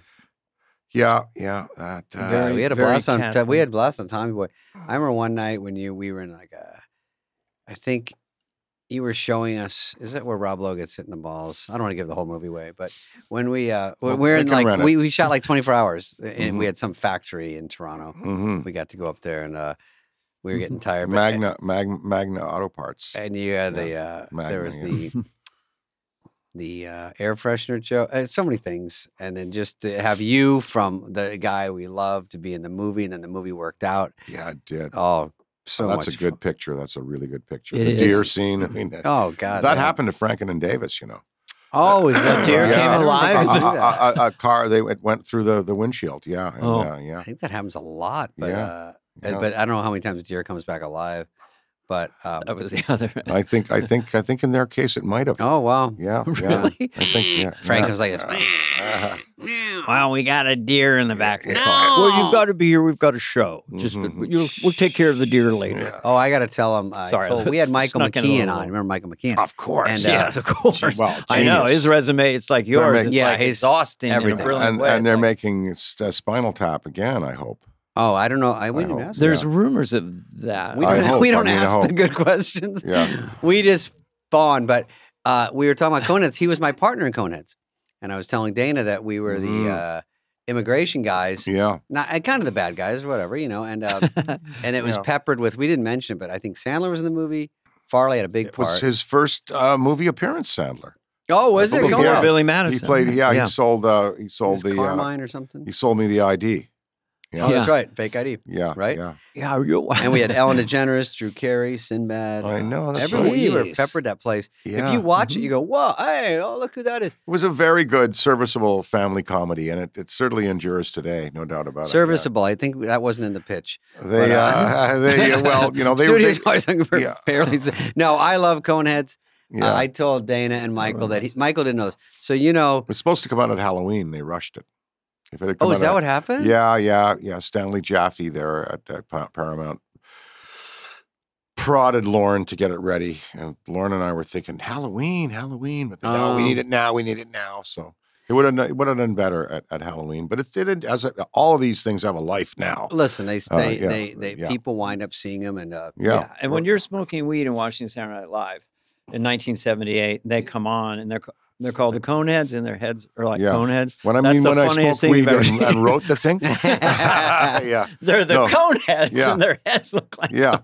A: Yeah,
C: yeah. that, uh,
A: Yeah,
B: Very,
A: we had a
B: very
A: blast on
B: Catholic.
A: we had a blast on Tommy Boy. I remember one night when you we were in like a, I think you were showing us. Is that where Rob Lowe gets hit in the balls? I don't want to give the whole movie away, but when we uh
C: Well,
A: we're
C: they
A: in
C: can
A: like
C: rent it.
A: we, we shot like 24 hours and
C: Mhm.
A: we had some factory in Toronto.
C: hmm
A: we got to go up there and uh we were getting tired but- uh,
C: Magna, Magna, Magna Auto Parts.
A: and you had the uh there
C: Magna,
A: was
C: yeah.
A: the the uh
C: [laughs]
A: air freshener joke uh, so many things and then just to have you from the guy we loved to be in the movie and then the movie worked out
C: Yeah, it did.
A: oh so
C: That's a
A: much
C: good
A: fun.
C: picture. That's a really good picture.
B: It
C: the
B: is.
A: [laughs]
C: deer scene. I mean, that,
A: oh god
C: that
A: yeah.
C: happened to Franken and Davis. You know,
A: oh is that deer
C: Yeah. Uh,
A: came
C: a,
A: alive
B: I
A: I,
B: didn't
C: a-
A: do that.
C: a- a- a car they it went through the, the windshield. Yeah, and,
B: Oh.
C: uh, yeah,
A: I think that happens a lot but
C: Yeah.
A: uh
C: yeah.
A: but i don't know how many times deer comes back alive but um,
B: That was the other.
C: I think I think I think in their case it might have.
A: oh wow
C: Yeah, yeah.
B: Really?
C: I think yeah.
A: frank
C: yeah.
A: was like this
C: Uh,
B: Wow, we got a deer in the back of the car.
A: No.
B: Well, you've got to be here. We've got a show. Just
C: Mhm.
B: you'll, we'll take care of the deer later.
C: yeah.
A: [laughs] Oh, I got to tell him. I
B: Sorry,
A: told- we had
B: that's-
A: Michael
B: snuck in a
A: McKeon
B: little-
A: on. Remember Michael McKeon?
C: Of course.
A: And, uh,
B: yes, of course.
C: well,
B: I know
C: genius.
B: his resume. It's like yours.
C: amazing.
B: It's
A: Yeah,
B: like
A: his-
B: exhausting in a
A: everything.
B: brilliant
C: and,
B: way.
C: and
B: It's
C: they're
B: like-
C: making s- uh, Spinal Tap again. I hope.
A: Oh, I don't know. I we
C: I
A: didn't
C: hope.
A: ask.
B: There's
C: Yeah.
B: rumors of that.
A: We
C: I
A: don't, [laughs]
C: hope.
A: we
C: I
A: don't
C: mean, I
A: ask the
C: hope.
A: good questions.
C: Yeah.
A: [laughs] [gasps] We just fawn. But uh, we were talking about Coneheads. He was my partner in Coneheads, and I was telling Dana that we were the
C: Mhm.
A: uh, immigration guys,
C: Yeah.
A: not uh, kind of the bad guys, or whatever you know. And uh,
C: [laughs]
A: and it was
C: Yeah.
A: peppered with. We didn't mention it, but I think Sandler was in the movie. Farley had a big
C: It
A: part.
C: was his first uh, movie appearance, Sandler.
A: oh, was it?
C: Before
A: Go on.
B: Billy
C: He
B: Madison.
C: played. Yeah,
B: yeah.
C: he sold. Uh, he
A: It was
C: sold the. Uh,
A: Carmine or something.
C: he sold me the ID.
A: Oh, that's
B: Yeah.
A: right. Fake ID.
C: Yeah.
A: Right?
C: Yeah.
A: Yeah, you. And
B: [laughs]
A: we had Ellen DeGeneres, Drew Carey, Sinbad.
C: I know. That's
A: Everyone,
C: right.
A: you were
B: Jeez.
A: peppered that place.
C: Yeah. Mm-hmm.
A: If you watch it, you go, "Whoa! Hey, oh look who that is!"
C: It was a very good, serviceable family comedy, and it, it certainly endures today, no doubt about
A: Serviceable. I think that wasn't in the pitch.
C: it. Serviceable. They,
A: but,
C: uh, [laughs]
A: uh,
C: they, uh,
A: [laughs]
C: well, you know, they,
A: Studios
C: they
A: always looking for
C: yeah.
A: [laughs] barely. No, I love Coneheads. Uh,
C: yeah.
A: I told Dana and Michael that he,
B: Coneheads.
A: Michael didn't know this. So you know,
C: it was supposed to come out at Halloween. They rushed it. If it had come
A: oh, is
C: out
A: that
C: at-
A: what happened?
C: Yeah, yeah, yeah. Stanley Jaffe there at uh, Pa- Paramount prodded Lauren to get it ready, and Lauren and I were thinking Halloween, Halloween, but no, we
A: Oh.
C: need it now, we need it now. So it would have it would have done better at, at Halloween, but it didn't. As it, all of these things have a life now.
A: Listen, they they
C: Uh, yeah,
A: they, they
C: yeah.
A: people wind up seeing him, and uh,
C: Yeah,
B: And when you're smoking weed and watching Saturday Night Live in 1978, they come on and they're ca- they're called the Coneheads, and their heads are like
C: Yeah.
B: Coneheads.
C: when I
B: That's
C: mean
B: the
C: when I
B: funniest
C: spoke
B: thing you've
C: weed
B: ever
C: and,
B: seen.
C: and wrote
A: [laughs]
C: the thing. [laughs]
A: uh,
C: yeah,
B: They're the
C: No.
B: Coneheads,
C: Yeah.
B: and their heads look like.
C: yeah.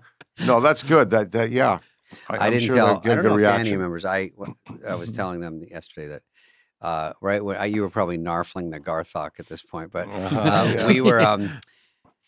C: No, that's good. That that yeah.
A: I
C: I'm
A: didn't
C: sure
A: tell.
C: they'll get
A: I don't
C: a
A: know
C: good
A: if Danny
C: reaction.
A: remembers. I I was telling them yesterday that uh, right when I, you were probably narfling the Garthok at this point,
C: [laughs]
A: but
C: Uh-huh,
A: uh,
C: yeah.
A: we were um,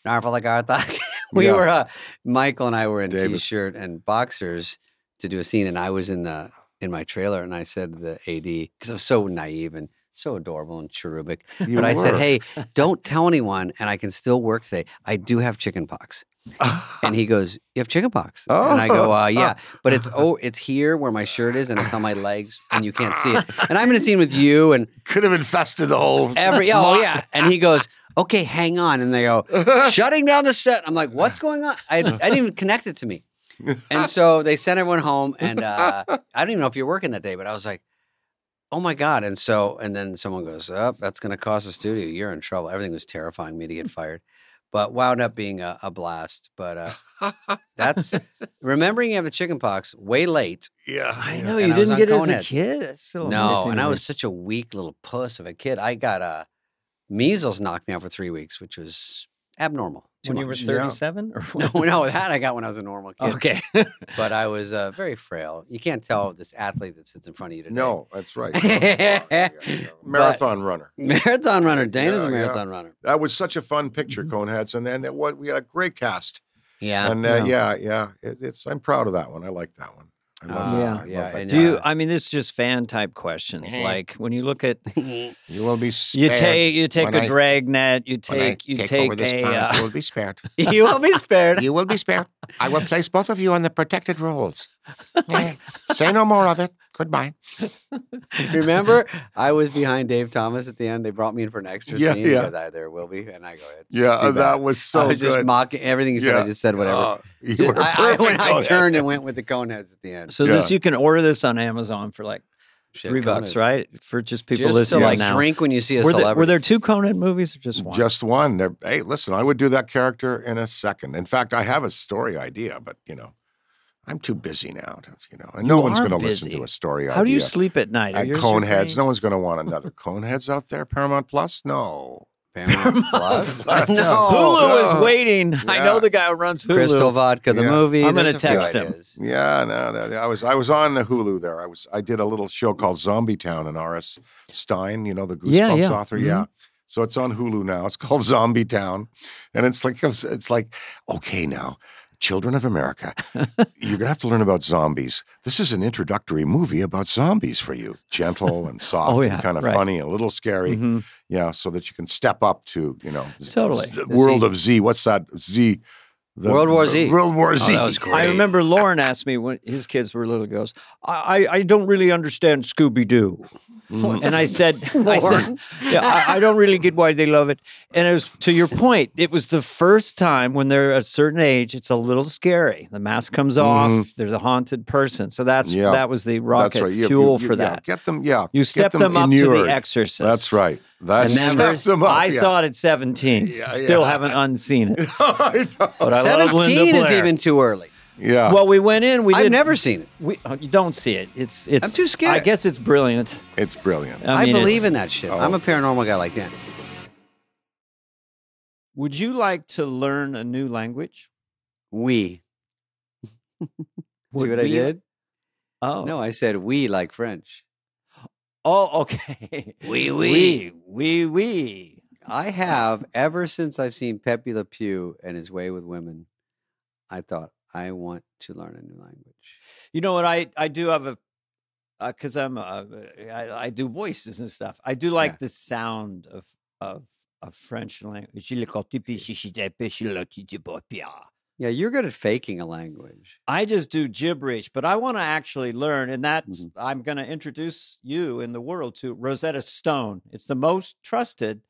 A: narfling the Garthok. [laughs] we
C: Yeah.
A: were uh, Michael and I were in
C: Davis.
A: t-shirt and boxers to do a scene, and I was in the in my trailer, and I said to the AD because I was so naive and so adorable and cherubic,
C: You
A: but I said,
C: were. [laughs]
A: "Hey, don't tell anyone, and I can still work today. I do have chicken pox."
C: [laughs]
A: And he goes, "You have chickenpox." And I go, uh, "Yeah, but it's oh, it's here where my shirt is, and it's on my legs, and you can't see it." And I'm in a scene with you and
C: could have infested the
A: [laughs]
C: whole [laughs]
A: every oh yeah. And he goes, "Okay, hang on." And they go,
B: [laughs]
A: "Shutting down the set." I'm like, "What's going on?" I, I didn't even connect it to me. And so they sent everyone home, and
B: [laughs]
A: uh, I don't even know if you're working that day, but I was like, "Oh my god!" And so, and then someone goes, "Up, that's going to cost the studio. You're in trouble." Everything was terrifying me to get fired, but wound up being a, a blast. But uh,
B: [laughs]
A: that's remembering you have the chicken pox way late.
C: Yeah,
B: I
C: yeah.
B: know
A: And
B: you
A: I was
B: didn't
A: on
B: get it as a
A: Coneheads.
B: kid. That's so
A: no,
B: amazing
A: and
B: to
A: I
B: me.
A: was such a weak little puss of a kid. I got uh, measles knocked me out for three weeks, which was abnormal. Too
B: when you were
A: much.
C: Yeah.
B: 37 or
A: no,
B: what?
A: no, that I got when I was a normal kid.
B: Okay.
A: But I was uh, very frail. You can't tell this athlete that sits in front of you today.
C: No, that's right. Yeah, yeah, yeah. Marathon runner.
A: Marathon runner. Dana's
C: Yeah,
A: a
C: yeah.
A: marathon runner.
C: That was such a fun picture, Coneheads, and and it was, we had a great cast.
A: Yeah.
C: And uh, yeah, yeah, it, it's I'm proud of that one. I like that one. I love
B: Uh,
C: that.
B: yeah.
C: one. I love
A: Yeah, Mm-hmm.
C: that
A: and,
B: Do you,
A: uh,
B: I mean, this is just fan type questions. Like when you look at
C: one. you will be
B: you
C: spared.
B: take you take
C: when
B: a
C: I-
B: dragnet, you
C: when I
B: take you
C: over
B: take
C: this
B: a
C: planet,
B: uh,
C: will be spared.
A: [laughs] you will be spared.
B: [laughs]
C: You will be spared. I will place both of you on the protected rolls. Yeah. Say no more of it. Goodbye.
A: Remember, I was behind Dave Thomas at the end. They brought me in for an extra
C: Yeah,
A: scene. He
C: yeah.
A: goes, "Ah, there will be. And I go, it's
C: Yeah,
A: too bad."
C: that was so
A: I was
C: good.
A: just mocking everything he said. I
C: Yeah.
A: just said whatever. [laughs]
C: Oh, you
A: Just-
C: were
A: I, I- when
C: perfect, Oh,
A: I
C: Coneheads.
A: turned and went with the Coneheads at the end.
B: So this you can order this on Amazon for like
A: Shit,
B: three bucks,
A: Coneheads.
B: right? For just people
A: Just to
B: listening
A: like
B: now.
A: shrink when you see a
B: were, there,
A: celebrity.
B: were there two Conan movies or just one?
C: Just one. There- Hey, listen, I would do that character in a second. In fact, I have a story idea, but you know, I'm too busy now. to- You know, and no one's
B: are
C: going to listen
B: busy.
C: to a story idea.
B: How do you sleep at night? Are
C: At
B: yours your
C: Coneheads, no
B: brain
C: one's going to
B: [laughs]
C: want another Coneheads out there. Paramount Plus, no.
B: [laughs]
A: Paramount Plus? [laughs]
C: Plus,
A: no.
C: no.
B: Hulu
C: yeah.
B: is waiting. I know
C: Yeah.
B: the guy who runs Hulu.
A: Crystal Vodka, the
C: Yeah.
A: movie.
B: I'm gonna
A: There's a few
B: text him.
A: ideas.
C: Yeah, no, no, no. I was I was on the Hulu there. I was I did a little show called Zombie Town in R.S. Stein. You know the Goosebumps
B: Yeah, yeah.
C: author. Yeah. So it's on Hulu now. It's called Zombie Town, and it's like it's, it's like okay now. Children of America, you're gonna have to learn about zombies. This is an introductory movie about zombies for you, gentle and soft,
B: Oh, yeah,
C: and kind of
B: right.
C: funny and a little scary.
B: Mhm.
C: Yeah, so that you can step up to you know z-
B: Totally.
C: z- world of Z. What's that Z? The,
A: World War Z.
C: World War Z.
A: that was great.
B: [laughs] I remember Lauren asked me when his kids were little. he Goes, I, I, I don't really understand Scooby Doo,
C: Mm-hmm.
B: and I
C: [laughs]
B: said, I said,
A: Lauren.
B: yeah, I, I don't really get why they love it. And it was to your point. It was the first time when they're a certain age, it's a little scary. The mask comes off. There's a haunted person. So that's
C: Mm-hmm. Yeah.
B: that was the
C: That's
B: rocket
C: right. You-
B: fuel
C: you- you-
B: for
C: yeah,
B: that.
C: Get them, yeah.
B: You
C: get
B: step them, up to
C: inured.
B: the exorcist.
C: That's right. That's
A: And that
C: step
A: was-
C: them up.
B: I
C: yeah.
B: saw it at 17.
C: Yeah,
B: Still
C: yeah.
B: haven't unseen it.
C: [laughs] I know.
B: But I love Linda
A: Seventeen is
B: Blair.
A: even too early.
C: Yeah.
B: Well, we went in. We
A: I've
B: did,
A: never seen it.
B: We, oh, you don't see it. It's it's.
A: I'm too scared.
B: I guess it's brilliant.
C: it's brilliant.
A: I,
B: mean,
A: believe
B: it's-
A: in that shit.
C: Oh.
A: I'm a paranormal guy like that.
B: Would you like to learn a new language?
A: We. See
B: Would
A: what I
B: we-
A: did?
B: Oh
A: No, I said we like French. [laughs]
B: [laughs] Oh, okay.
A: We
B: We we we.
A: I have ever since I've seen Pepe Le Pew and his way with women, I thought I want to learn a new language.
B: You know what I I do have a because I'm uh, I, I do voices and stuff. I do like
A: Yeah.
B: the sound of of of French language. ah.
A: Yeah, you're good at faking a language.
B: I just do gibberish, but I want to actually learn, and that's
A: Mhm.
B: I'm going to introduce you in the world to Rosetta Stone. It's the most trusted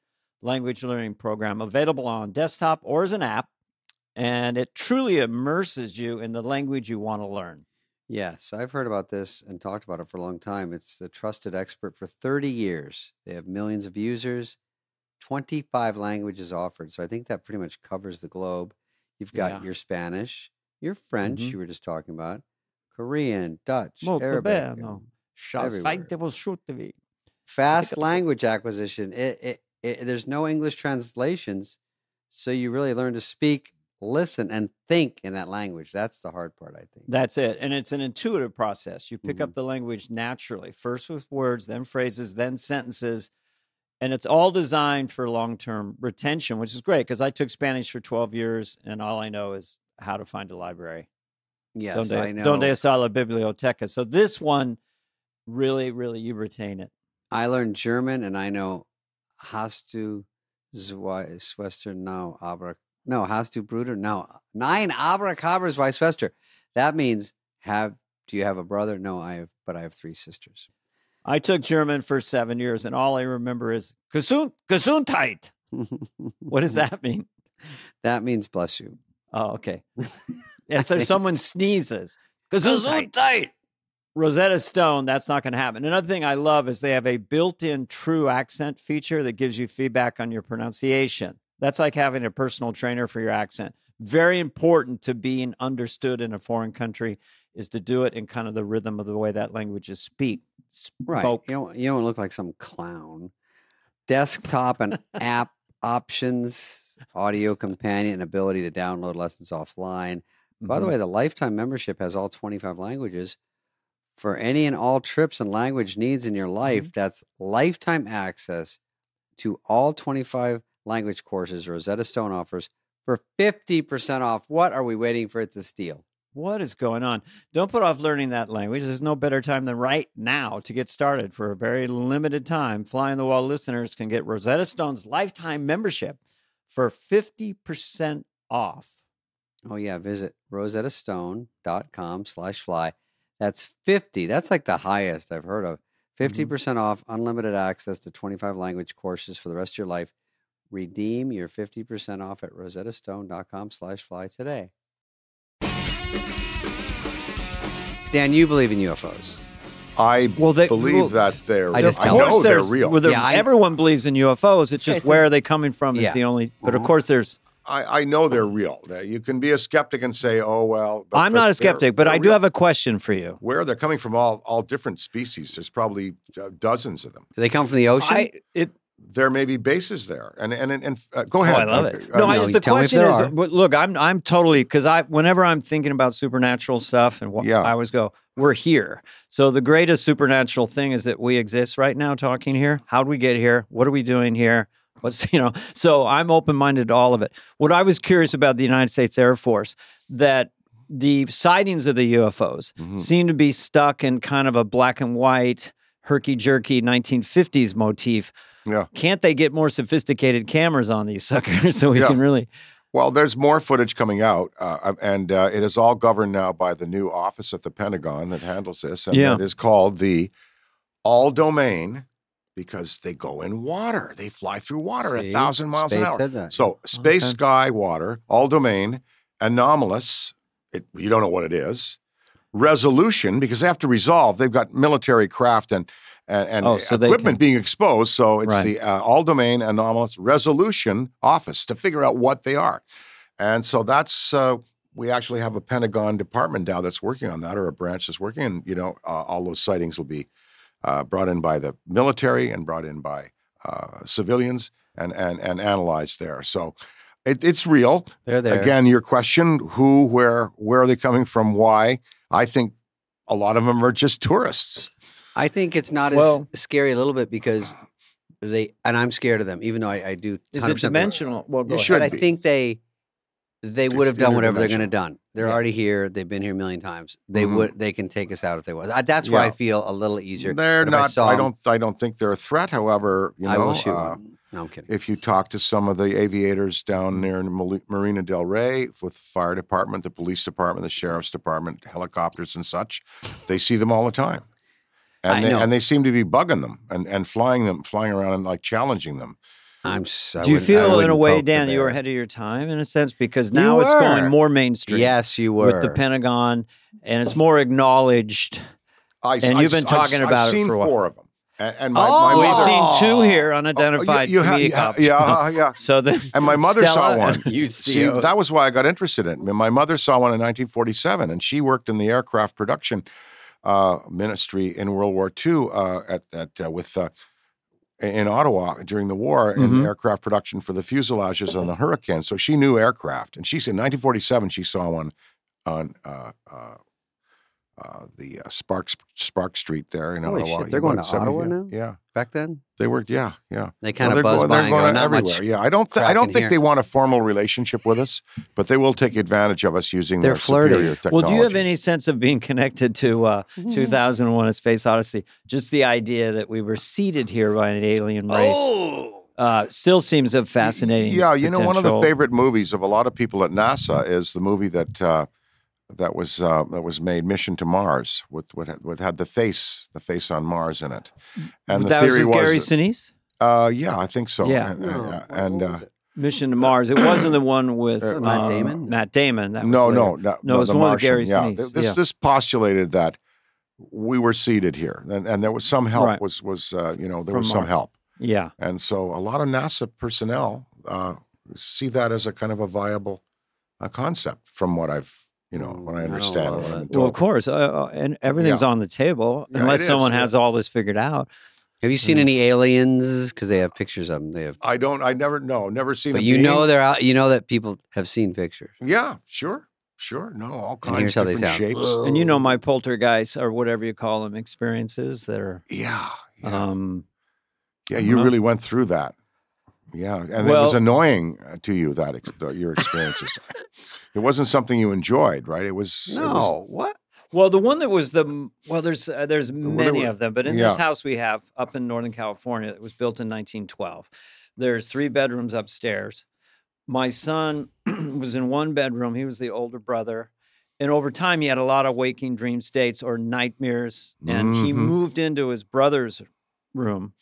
B: language learning program available on desktop or as an app, and it truly immerses you in the language you want to learn.
A: Yes, I've heard about this and talked about it for a long time. It's a trusted expert for 30 years. They have millions of users, 25 languages offered. So I think that pretty much covers the globe. You've got
B: Yeah.
A: your Spanish, your French,
B: Mhm.
A: you were just talking about, Korean, Dutch,
B: Molto
A: Arabic.
B: bene.
A: um, everywhere.
B: Everywhere.
A: Fast language acquisition. It, it, it, there's no English translations. So you really learn to speak, listen, and think in that language. That's the hard part, I think.
B: That's it. And it's an intuitive process. You pick
A: Mm-hmm.
B: up the language naturally, first with words, then phrases, then sentences. And it's all designed for long term retention, which is great because I took Spanish for 12 years and all I know is how to find a library.
A: yes,
B: donde,
A: I know.
B: donde está la biblioteca? So this one really, really, you retain it.
A: I learned German and I know hast du zwei Schwester now aber no hast du Bruder now nine abracabras zwei Schwester. That means have do you have a brother? No, I have, but I have three sisters.
B: I took German for seven years and all I remember is Gesund, Gesundheit.
A: [laughs]
B: What does that mean?
A: that means bless you.
B: Oh, okay. yeah, so someone sneezes. Gesundheit. Rosetta Stone, that's not going to happen. Another thing I love is they have a built in true accent feature that gives you feedback on your pronunciation. That's like having a personal trainer for your accent. Very important to being understood in a foreign country is to do it in kind of the rhythm of the way that language is speak.
A: Right.
B: Spoke.
A: You don't you don't look like some clown. Desktop and app options, audio companion, and ability to download lessons offline. By
B: Mm-hmm.
A: the way, the lifetime membership has all 25 languages. For any and all trips and language needs in your life, that's lifetime access to all 25 language courses Rosetta Stone offers for 50% off. What are we waiting for? It's a steal.
B: What is going on? Don't put off learning that language. There's no better time than right now to get started. For a very limited time, Flying the Wall listeners can get Rosetta Stone's lifetime membership for 50% off.
A: Oh, yeah. Visit rosettastone.com slash fly. That's 50. That's like the highest I've heard of.
B: Mm-hmm.
A: 50% percent off, unlimited access to 25 language courses for the rest of your life. Redeem your 50% off at rosettastone.com slash fly today. Dan, you believe in UFOs.
C: I
B: Well, they
C: believe that they're.
A: I
C: I,
A: just-
C: I
A: of course
C: know they're
B: there's-
C: real.
B: well, there-
A: Yeah, I-
B: everyone believes in UFOs. It's
A: Yeah,
B: just
A: it's
B: where
A: just-
B: are they coming from is
A: Yeah.
B: the only. But
C: Mm-hmm.
B: of
A: Uh-huh.
B: course, there's.
C: I, I know they're real. Uh, You can be a skeptic and say, "Oh well." but-
B: I'm
C: but
B: not a
C: they're-
B: skeptic, but
C: they're
B: I do
C: real.
B: have a question for you.
C: Where they're coming from, all all different species. There's probably uh, dozens of them.
A: Do they come from the ocean?
B: I, it,
C: There may be bases there, and and and, and uh, go
B: Oh,
C: ahead.
B: I love
C: Uh,
B: it.
C: uh,
B: No, I
A: no,
B: just
A: you
B: the
A: tell me if
B: question
A: there
B: is,
A: are.
B: but look, I'm I'm totally because I whenever I'm thinking about supernatural stuff and what
C: Yeah.
B: I always go, we're here. So the greatest supernatural thing is that we exist right now, talking here. How do we get here? What are we doing here? What's [laughs] you know? So I'm open minded to all of it. What I was curious about the United States Air Force that the sightings of the UFOs
C: Mhm.
B: seem to be stuck in kind of a black and white herky jerky 1950s motif.
C: Yeah.
B: Can't they get more sophisticated cameras on these [laughs] suckers so we
C: Yeah.
B: can really
C: Well, there's more footage coming out, uh, and uh, it is all governed now by the new office at the Pentagon that handles this, and
B: Yeah.
C: it is called the All Domain because they go in water. They fly through water
A: See?
C: a thousand miles an
A: Spade
C: hour.
A: said that.
C: So space,
B: Okay.
C: sky, water, all domain, anomalous. It, you don't know what it is. Resolution because they have to resolve. They've got military craft and and, and
B: Oh, so they
C: equipment
B: can-
C: being exposed. So it's
B: Right.
C: the uh, all domain anomalous resolution office to figure out what they are. And so that's uh, we actually have a Pentagon department now that's working on that, or a branch that's working. And you know, uh, all those sightings will be uh, brought in by the military and brought in by uh, civilians and and and analyzed there. So it, it's real.
A: They're there.
C: Again, your question: who, where, where are they coming from? Why? I think a lot of them are just tourists.
A: I think it's not
B: Well-
A: as scary a little bit because they and I'm scared of them, even though I, I do.
B: Is it
A: 100%
B: dimensional? Well, go
C: You
B: ahead.
C: should
A: But I
C: be.
A: think they they
C: It's
A: would have done whatever they're going to
C: interdimensional.
A: done. They're
B: Yeah.
A: already here. They've been here a million times. They
C: Mhm.
A: would. They can take us out if they want. I, that's why
C: Yeah.
A: I feel a little easier.
C: They're
A: If I
C: not.
A: saw
C: I,
A: 'em-
C: don't. I don't think they're a threat. However, you know,
A: I will shoot.
C: uh,
A: one. No, I'm kidding.
C: if you talk to some of the aviators down near Mal- Marina Del Rey with the fire department, the police department, the sheriff's department, helicopters and such, they see them all the time. And
A: I
C: they
A: know.
C: and they seem to be bugging them and, and flying them, flying around and like challenging them.
A: I'm. s- I
B: Do you
A: wouldn't- I
B: feel in a
A: wouldn't
B: way,
A: poke the
B: Dan, you were
A: bear.
B: ahead of your time in a sense because
A: You
B: now it's
A: were.
B: going more mainstream
A: Yes, you were.
B: with the Pentagon and it's more acknowledged.
C: I,
B: And you've been
C: I've-
B: talking
C: I've
B: about it
C: seen
B: for a while.
C: four of them. And, and my,
A: Oh,
C: my
B: We've
C: mother,
A: Oh.
B: seen two here
C: Oh,
B: unidentified
C: you- you ha-
B: comedic
C: yeah,
B: ops.
C: yeah, yeah.
B: [laughs] So then,
C: And my mother
B: Stella-
C: saw
B: [laughs]
C: one.
A: you
C: See,
A: COs.
C: that was why I got interested in it. My mother saw one in 1947, and she worked in the aircraft production uh, ministry in World War II uh, at, at uh, with uh, in Ottawa during the war in
A: Mm-hmm.
B: Mhm.
C: aircraft production for the fuselages on the Hurricane. So she knew aircraft, and she said in 1947 she saw one on. Uh, uh, uh, the uh, Spark Spark Street there in
A: Holy
C: Ottawa.
A: shit, they're
C: You
A: going
C: went
A: to Ottawa
C: 70, yeah, Yeah,
A: back then.
C: they worked. Yeah, yeah.
A: They
C: Well,
A: kind of
C: they're
A: buzz
C: going- they're
A: buying. going,
C: going
A: Not much.
C: everywhere. Yeah, I don't. Th- I
A: crack in
C: don't think
A: here."
C: they want a formal relationship with us, but they will take advantage of us using
A: They're
C: their superior
A: flirty.
C: technology.
B: well, do you have any sense of being connected to uh, 2001: A Space Odyssey? Just the idea that we were seeded here by an alien race
A: Oh,
B: uh, still seems a fascinating.
C: Yeah, you know, one of the
B: potential-
C: favorite movies of a lot of people at NASA is the movie that uh, that was uh, that was made, Mission to Mars, with with with had the face the face on Mars in it, and
B: that
C: the theory
B: was, with Gary
C: was,
B: Sinise.
C: uh, yeah, I think so.
B: Yeah.
A: Oh,
C: and, uh, and uh,
B: Mission to Mars. It wasn't the one with
A: Uh, Matt
B: um,
A: Damon?
B: Matt Damon. That was
C: no,
B: later.
C: no, no,
B: No, it was
C: the
B: one with
C: Martian,
B: Gary
C: yeah.
B: Sinise,
C: Th- This
B: yeah.
C: this postulated that we were seated here, and, and there was some help
B: Right.
C: was was uh, you know there
B: From
C: was some
B: Mars.
C: help,
B: Yeah.
C: and so a lot of NASA personnel uh, see that as a kind of a viable uh, concept, from what I've you know
A: Mm,
C: what
A: I
C: I
A: don't
C: understand.
A: love
C: what I've been
A: it.
B: Well, of
C: told.
B: course, uh, uh, and everything's on the table
C: Yeah,
B: unless
C: it is,
B: someone
C: yeah.
B: has all this figured out.
A: have you seen
B: Mm.
A: any aliens? Because they have pictures of them. They have,
C: I don't. I never. No, never seen.
A: but
C: a
A: you
C: being.
A: know they're out. You know that people have seen pictures.
C: Yeah, sure, sure. No, all
A: And
C: kinds
A: here's
C: of
A: how they
C: different
A: sound.
C: shapes.
B: And you know my poltergeist or whatever you call them experiences that are.
C: Yeah, yeah.
B: Um,
C: Yeah,
B: I
C: you
B: dunno.
C: really went through that. Yeah, and it was
B: Mm-hmm. Well-
C: annoying uh, to you that ex- the, your experiences. it wasn't something you enjoyed, right? It was it was-
A: No, what?
B: well, the one that was the m- well, there's uh, there's
C: one that
B: many
C: wa-
B: of them, but in this
C: yeah.
B: house we have up in Northern California that was built in 1912. There's three bedrooms upstairs. My son [clears throat] was in one bedroom. He was the older brother. And over time, he had a lot of waking dream states or nightmares. And he
C: Mhm.
B: moved into his brother's room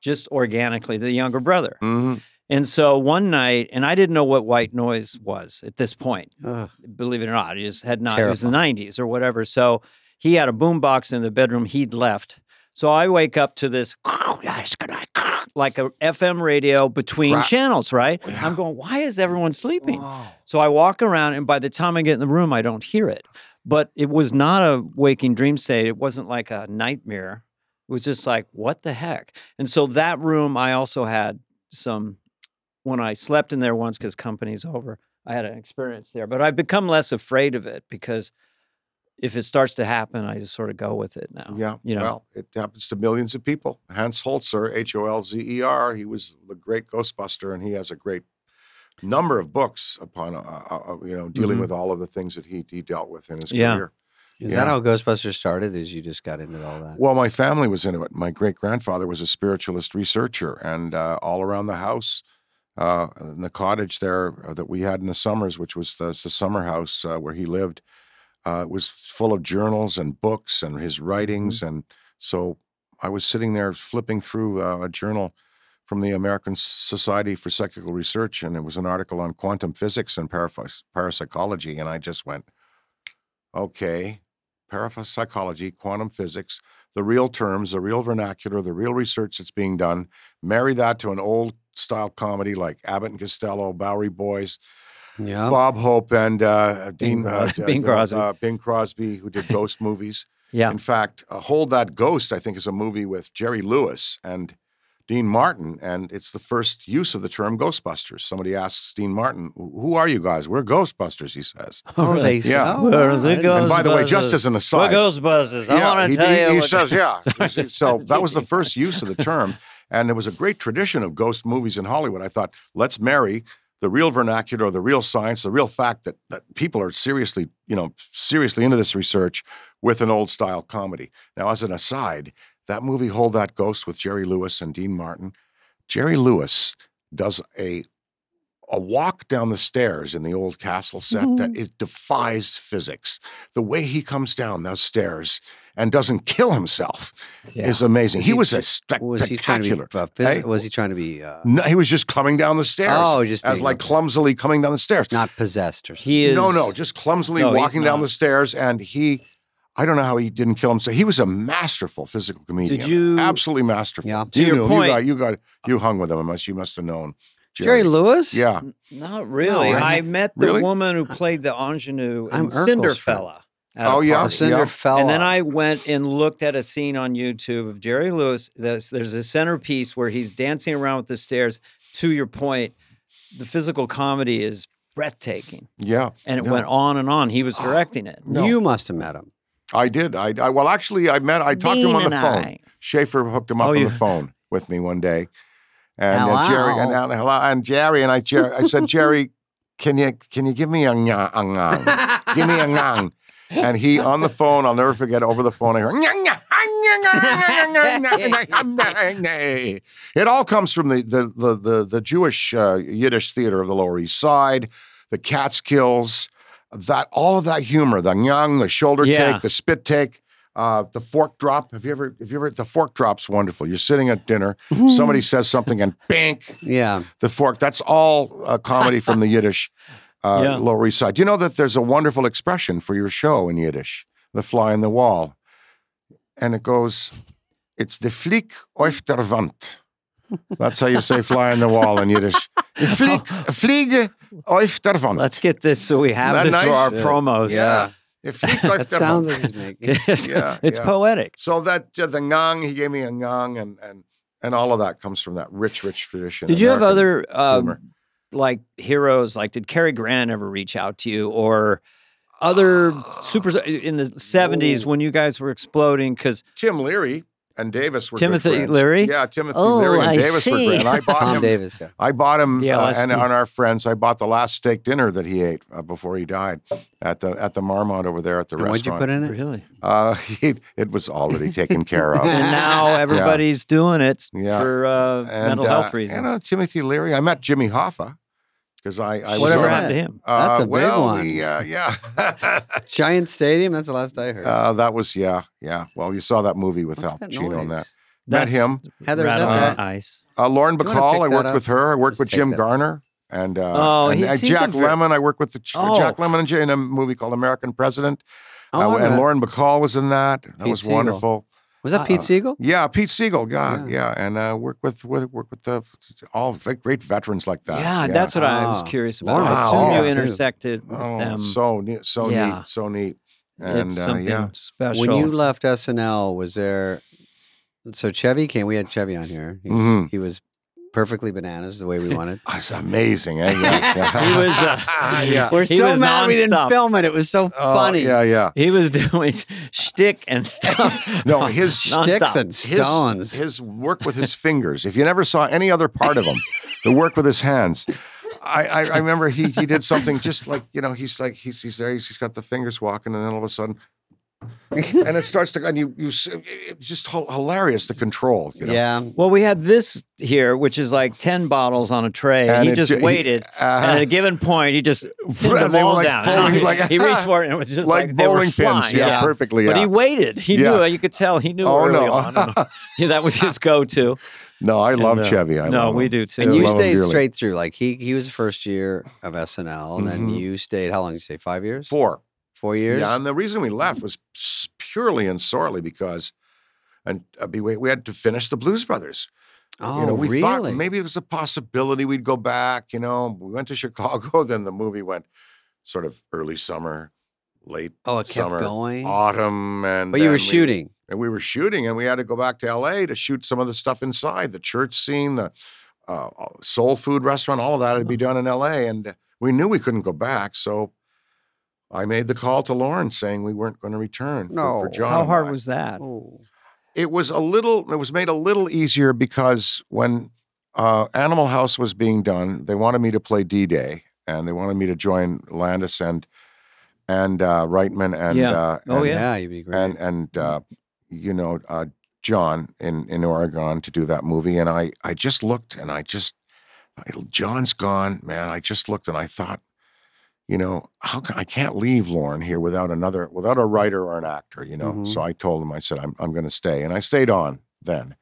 B: just organically, the younger brother.
C: Mhm.
B: And so one night, and I didn't know what white noise was at this point,
A: Ugh.
B: believe it or not. It just had not, it was the 90s or whatever. So he had a boombox in the bedroom he'd left. So I wake up to this like a FM radio between
C: Crack.
B: channels, right?
C: Yeah.
B: I'm going, why is everyone sleeping?
C: Wow.
B: So I walk around, and by the time I get in the room, I don't hear it. But it was not a waking dream state. It wasn't like a nightmare. It was just like, what the heck? And so that room, I also had some, when I slept in there once because company's over, I had an experience there. But I've become less afraid of it because if it starts to happen, I just sort of go with it now.
C: Yeah,
B: You know,
C: well, it happens to millions of people. Hans Holzer, H O L Z E R, he was the great Ghostbuster, and he has a great number of books upon uh, uh, uh, you know dealing
B: Mhm.
C: with all of the things that he he dealt with in his
B: Yeah.
C: career.
A: Is
C: Yeah.
A: that how Ghostbusters started? Is you just got into all that?
C: Well, my family was into it. My great grandfather was a spiritualist researcher, and uh, all around the house, uh, in the cottage there uh, that we had in the summers, which was the, the summer house uh, where he lived, uh, was full of journals and books and his writings. And so I was sitting there flipping through uh, a journal from the American Society for Psychical Research, and it was an article on quantum physics and paraphy- parapsychology. And I just went, okay, parapsychology, quantum physics, the real terms, the real vernacular, the real research that's being done. Marry that to an old style comedy like Abbott and Costello, Bowery Boys,
A: yeah.
C: Bob Hope, and uh,
B: Bing
C: Dean uh,
B: Cros-
C: uh,
B: [laughs] Bing
C: you know,
B: Crosby.
C: uh, Bing Crosby,
B: [laughs]
C: who did ghost movies.
B: yeah.
C: In fact, uh, Hold That Ghost, I think, is a movie with Jerry Lewis and Dean Martin, and it's the first use of the term Ghostbusters. Somebody asks Dean Martin, "Who are you guys? We're Ghostbusters," he says.
B: [laughs]
A: Oh,
B: really?
A: they say-
C: Yeah.
A: oh,
B: Where
A: wow,
B: is
A: I
B: it
A: didn't know
B: goes?
C: And
A: that.
C: by the way, just as an
B: What
C: aside,
B: Ghostbusters? I want
C: he,
B: to tell [laughs]
C: he-
B: you.
C: he
B: what-
C: says, yeah.
B: Sorry,
C: so that was the first use of the term. And there was a great tradition of ghost movies in Hollywood. I thought, let's marry the real vernacular, the real science, the real fact that, that people are seriously, you know, seriously into this research with an old style comedy. Now, as an aside, that movie Hold That Ghost with Jerry Lewis and Dean Martin, Jerry Lewis does a a walk down the stairs in the old castle set that it defies physics. The way he comes down those stairs and doesn't kill himself
D: Yeah.
C: is amazing.
A: Is
C: he,
A: he
C: was a
A: just-
C: spec-
A: Was he trying to be?
C: spectacular.
A: Uh, phys-
C: Hey?
A: Was he trying to be? Uh,
C: No, he was just coming down the stairs
A: oh, just
C: as
A: being
C: like
A: okay.
C: clumsily coming down the stairs.
A: not possessed or something.
B: He is
C: no, no, just clumsily
B: No, he's
C: walking down
B: not.
C: the stairs, and he. I don't know how he didn't kill himself. He was a masterful physical comedian.
B: you-
C: absolutely masterful?
A: Yeah.
B: To
C: you
B: your
C: knew,
B: point-
C: you got you got you hung with him. Unless you must have known
A: Jerry Lewis.
C: Yeah,
B: Not really.
A: No, I-
B: I met the
C: Really?
B: woman who played the ingenue
A: I'm
B: in Cinderfella.
A: Urkel's
B: at a
C: Oh, yeah.
A: Oh,
B: party.
A: Cinder
C: Yeah.
A: fell.
B: And then
A: off.
B: I went and looked at a scene on YouTube of Jerry Lewis. There's, there's a centerpiece where he's dancing around with the stairs. To your point, the physical comedy is breathtaking,
C: yeah.
B: and it
C: No.
B: went on and on. He was directing it.
C: No.
A: You must have met him.
C: I did. I, I well, actually, I met. I talked to him
B: Dean
C: on the
B: and
C: phone.
B: I.
C: Schaefer hooked him up
B: Oh,
C: on
B: you-
C: the phone with me one day, and uh, Jerry and,
A: Hello.
C: and hello and Jerry and I. Jerry, I said, Jerry, can you can you give me a nyang, a nyang? give me a nyang? And he on the phone. I'll never forget. Over the phone, I heard. "Nyang, nyang, nyang, nyang, nyang, nyang, nyang, nyang, nyang." It all comes from the the the the, the Jewish uh, Yiddish theater of the Lower East Side, the Catskills, that all of that humor, the nyang, the shoulder
B: Yeah.
C: take, the spit take. Uh, the fork drop. Have you ever? Have you ever? The fork drop's wonderful. You're sitting at dinner. Somebody says something, and bank
A: Yeah.
C: the fork. That's all uh, comedy from
B: [laughs]
C: the Yiddish uh,
B: Yeah.
C: Lower East Side. You know that there's a wonderful expression for your show in Yiddish, the fly in the wall, and it goes, "It's the flick auf der Wand." That's how
B: [laughs]
C: you say "fly in the wall" in Yiddish. The flick, fliege auf der Wand.
B: Let's get this so we have
C: Isn't
B: this
C: that
B: for our
C: nice?
A: Yeah.
B: promos.
A: Yeah.
C: The flick auf
A: That
C: der
A: sounds
C: Wand.
A: like he's making.
B: [laughs] it's,
C: [laughs] Yeah,
B: [laughs] it's
C: yeah.
B: poetic.
C: So that uh, the ngang, he gave me a ngang, and and and all of that comes from that rich, rich tradition.
B: Did you have
C: American
B: other um,
C: humor.
B: like heroes? Like, did Cary Grant ever reach out to you, or other
C: Ah,
B: super uh, in the seventies
A: no.
B: when you guys were exploding? Because
C: Tim Leary and Davis were good
B: Timothy
C: friends.
B: Leary?
C: Yeah, Timothy
D: Oh,
C: Leary and
D: I
C: Davis were
D: see.
C: great. And I bought
A: Tom
C: him.
A: Davis. Yeah.
C: I bought him
B: The
C: uh, and
B: LSD.
C: on our friends. I bought the last steak dinner that he ate uh, before he died at the at the Marmont over there at the
A: And what'd you put
C: restaurant.
A: in it?
B: really,
C: Uh, [laughs] he, it was already taken care
A: [laughs]
C: of.
B: and
C: [laughs]
B: now everybody's doing it
C: Yeah.
B: for uh,
C: And,
B: mental
C: uh,
B: health
C: And
B: reasons.
C: uh, Timothy Leary. I met Jimmy Hoffa because I, I was
B: Whatever
C: on-
A: Shit.
B: happened to him?
C: Uh,
A: That's a big
C: well,
A: one.
C: we, uh, yeah. [laughs]
A: [laughs] Giant Stadium. That's the last I heard.
C: Uh, that was yeah, yeah. Well, you saw that movie with
A: What's
C: Al Pacino on
A: noise?
C: that. Met
B: That's
C: him.
A: Heather, is
B: rattle
C: Uh,
A: that
B: on
A: that?
B: ice.
C: Uh, Lauren
A: Do you wanna pick
C: Bacall, I
A: that
C: worked
A: up?
C: with her. I worked
A: Just
C: with
A: take
C: Jim
A: that.
C: Garner and uh,
B: Oh,
C: and,
B: he's-
C: and
B: he's a
C: Jack
B: very-
C: Lemmon. I worked with the Ch- uh,
B: Oh.
C: Jack Lemmon and Jay in a movie called American President.
A: Oh, I
C: Uh,
A: wanna-
C: and Lauren Bacall was in that. That
A: Pete
C: was
A: Seeger.
C: wonderful.
A: was that Pete
C: Uh,
A: Siegel?
C: Yeah, Pete Siegel. God,
A: Yeah.
C: yeah, and uh, work with, with work with the all v- great veterans like that.
B: yeah, that's what I was
A: Ah.
B: curious about.
A: Laura
B: I
C: was
B: assume
C: so
B: you
C: good,
A: too.
B: intersected with
C: oh,
B: them.
C: so neat, so
B: Yeah.
C: neat, so neat. And
B: it's
C: uh,
B: something
C: yeah,
B: special.
A: When you left SNL, was there? So Chevy came. We had Chevy on here. He was,
C: Mhm.
A: he was perfectly bananas the way we wanted.
C: that's Ah, amazing. eh?
B: [laughs]
C: Yeah.
B: he was
A: [laughs]
B: uh,
C: [laughs] yeah.
A: We're
B: He
A: so
B: was
A: mad we didn't
B: nonstop.
A: film it. It was so
C: [laughs] Oh,
A: funny.
C: Yeah, yeah.
B: he was [laughs] doing shtick and stuff.
C: [laughs] No, his
A: Sticks
B: [laughs] nonstop.
A: and stones.
C: His, his work with his fingers. If you never saw any other part of him, the work with his hands. I, I, I remember he he did something just like you know he's like he's he's there he's, he's got the fingers walking and then all of a sudden and it starts to and you you s- it's just h- hilarious the control you know
A: yeah.
B: Well, we had this here, which is like ten bottles on a tray.
C: And
B: he
C: it
B: just
C: ju- he-
B: waited,
C: uh-huh. [laughs]
B: and at a given point, he just pinned them
C: they were
B: all
C: like
B: down. [laughs]
C: bowling-
B: he,
C: like-
B: he
C: [laughs]
B: reached for it, and it was just like, they were
C: bowling
B: flying.
C: pins yeah, perfectly yeah
B: But he waited. He
C: Yeah.
B: knew. You could tell he knew
C: Oh,
B: early
C: no.
B: on.
C: [laughs]
B: Yeah, that was his go-to.
C: no I love
B: And, uh,
C: Chevy I
B: no,
C: love
B: we
C: him.
B: do too.
A: And you
C: Love him
A: stayed
C: dearly.
A: straight through. Like he he was the first year of SNL, and then
B: Mm-hmm.
C: Mhm.
A: you stayed. How long did you stay? Five years?
C: four
A: Four years?
C: Yeah, and the reason we left was s- purely and sorely because, and uh, be- we we had to finish the Blues Brothers.
A: oh,
C: you know, we
A: really?
C: thought maybe it was a possibility we'd go back. You know, we went to [laughs] Chicago. Then the movie went sort of early summer, late
A: oh, it kept
C: summer,
A: going.
C: autumn, and
A: but you
C: then
A: were
C: we-
A: shooting.
C: and we were shooting, and we had to go back to L.A. to shoot some of the stuff inside the church scene, the uh, soul food restaurant, all of that had to be
B: Uh-huh.
C: done in L.A. And we knew we couldn't go back, so I made the call to Lauren saying we weren't going to return. for-
A: No.
C: for John
B: How
C: and
B: hard
C: I.
B: was that?
C: it was a little it was made a little easier because when uh, Animal House was being done, they wanted me to play D Day and they wanted me to join Landis and and uh, Reitman and
B: Yeah.
C: uh,
B: Oh,
C: and,
B: yeah.
A: you'd be great.
C: and and uh, you know uh, John in in Oregon to do that movie, and I I just looked and I just I, John's gone, man. I just looked and I thought, you know, how can, I can't leave Lauren here without another without a writer or an actor, you know.
A: Mhm.
C: So I told him, I said, I'm I'm going to stay, and I stayed on then.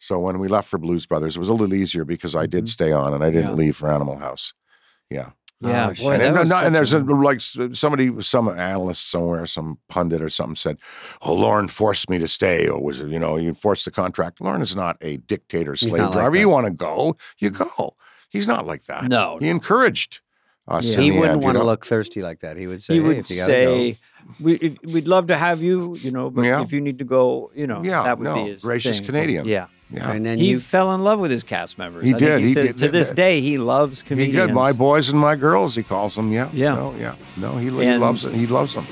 C: So when we left for Blues Brothers, it was a little easier because I did
B: Mhm.
C: stay on and I didn't
A: Yeah.
C: leave for Animal House. Yeah.
B: Yeah,
A: Oh,
B: boy,
A: shit.
C: And,
B: that
C: then-
B: was
C: no, and
B: such
C: there's
B: a-
C: a, like somebody, some analyst somewhere, some pundit or something said, "Oh, Lauren forced me to stay, or was it, you know, you forced the contract." Lauren is not a dictator,
A: He's
C: slave
A: not like
C: driver.
A: that.
C: you want to go, you go. He's not like that.
B: Mm-hmm. no.
C: He encouraged us.
B: Yeah.
C: in
A: he
C: the
A: wouldn't
C: end, you
A: want to
C: know?
A: look thirsty like that. He would say,
B: he
A: hey,
B: would
A: if you gotta
B: say, we, if, "We'd love to have you, you know, but
C: Yeah.
B: if you need to go, you know,
C: Yeah,
B: that would
C: no,
B: be his
C: gracious
B: thing.
C: Canadian.
B: Yeah,
A: go.
C: Yeah.
A: And then
B: he
A: you
B: fell in love with his cast members.
C: He
B: I think
C: did. He
B: said-
C: did-
B: to this day, he loves
C: He
B: comedians.
C: did my boys and my girls. He calls them. Yeah.
B: Yeah.
C: No, yeah. No, he, he
B: And-
C: loves it. He loves them.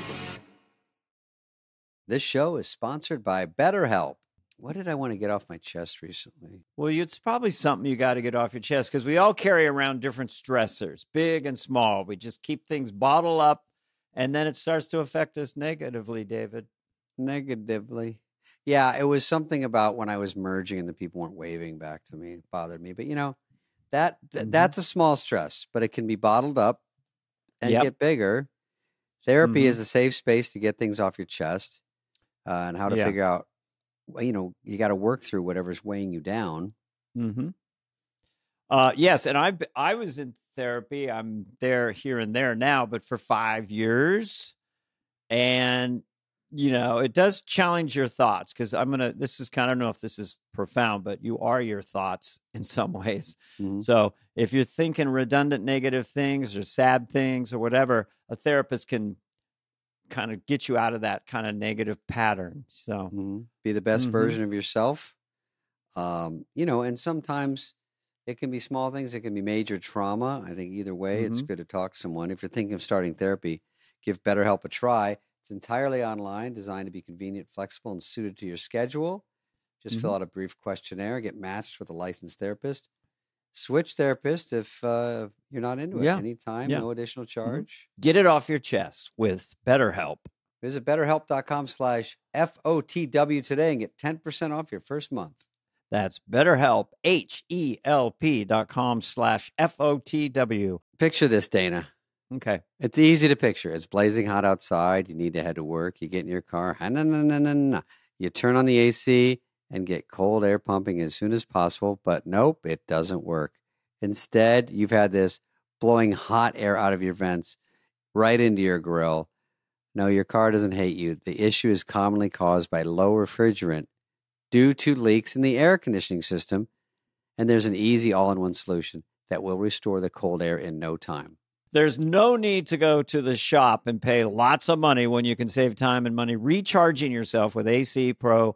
A: This show is sponsored by BetterHelp. What did I want to get off my chest recently?
B: Well, it's probably something you got to get off your chest because we all carry around different stressors, big and small. We just keep things bottled up, and then it starts to affect us negatively. David,
A: Negatively. Yeah, it was something about when I was merging and the people weren't waving back to me. It bothered me. But you know, that th-
B: Mhm.
A: that's a small stress, but it can be bottled up and
B: Yep. Mm-hmm.
A: get bigger. Therapy is a safe space to get things off your chest uh, and how to
B: Yeah.
A: figure out, well, you know, you got to work through whatever's weighing you down.
B: Mm-hmm. Uh, yes, and I I was in therapy. I'm there here and there now, but for five years, and you know it does challenge your thoughts because I'm gonna. This is kind of I don't know if this is profound, but you are your thoughts [laughs] in some ways.
A: Mhm.
B: So if you're thinking redundant negative things or sad things or whatever, a therapist can kind of get you out of that kind of negative pattern. So
A: Mhm. Be the best
B: Mhm.
A: version of yourself. Um, you know, and sometimes it can be small things, it can be major trauma. I think either way,
B: Mm-hmm.
A: it's good to talk to someone. If you're thinking of starting therapy, give BetterHelp a try. It's entirely online, designed to be convenient, flexible, and suited to your schedule. Just
B: Mm-hmm.
A: fill out a brief questionnaire, get matched with a licensed therapist. Switch therapist if uh, you're not into it
B: Yeah.
A: anytime,
B: Yeah. Mm-hmm.
A: no additional charge.
B: get it off your chest with BetterHelp.
A: Visit betterhelp.com slash FOTW today and get 10% off your first month.
B: That's BetterHelp, H E L P dot com slash F O T W.
A: Picture this, Dana.
B: Okay.
A: It's easy to picture. It's blazing hot outside. You need to head to work. You get in your car. ha-na-na-na-na-na. You turn on the AC and get cold air pumping as soon as possible. But nope, it doesn't work. Instead, you've had this blowing hot air out of your vents right into your grill. No, your car doesn't hate you. The issue is commonly caused by low refrigerant due to leaks in the air conditioning system. And there's an easy all in one solution that will restore the cold air in no time.
B: There's no need to go to the shop and pay lots of money when you can save time and money recharging yourself with AC Pro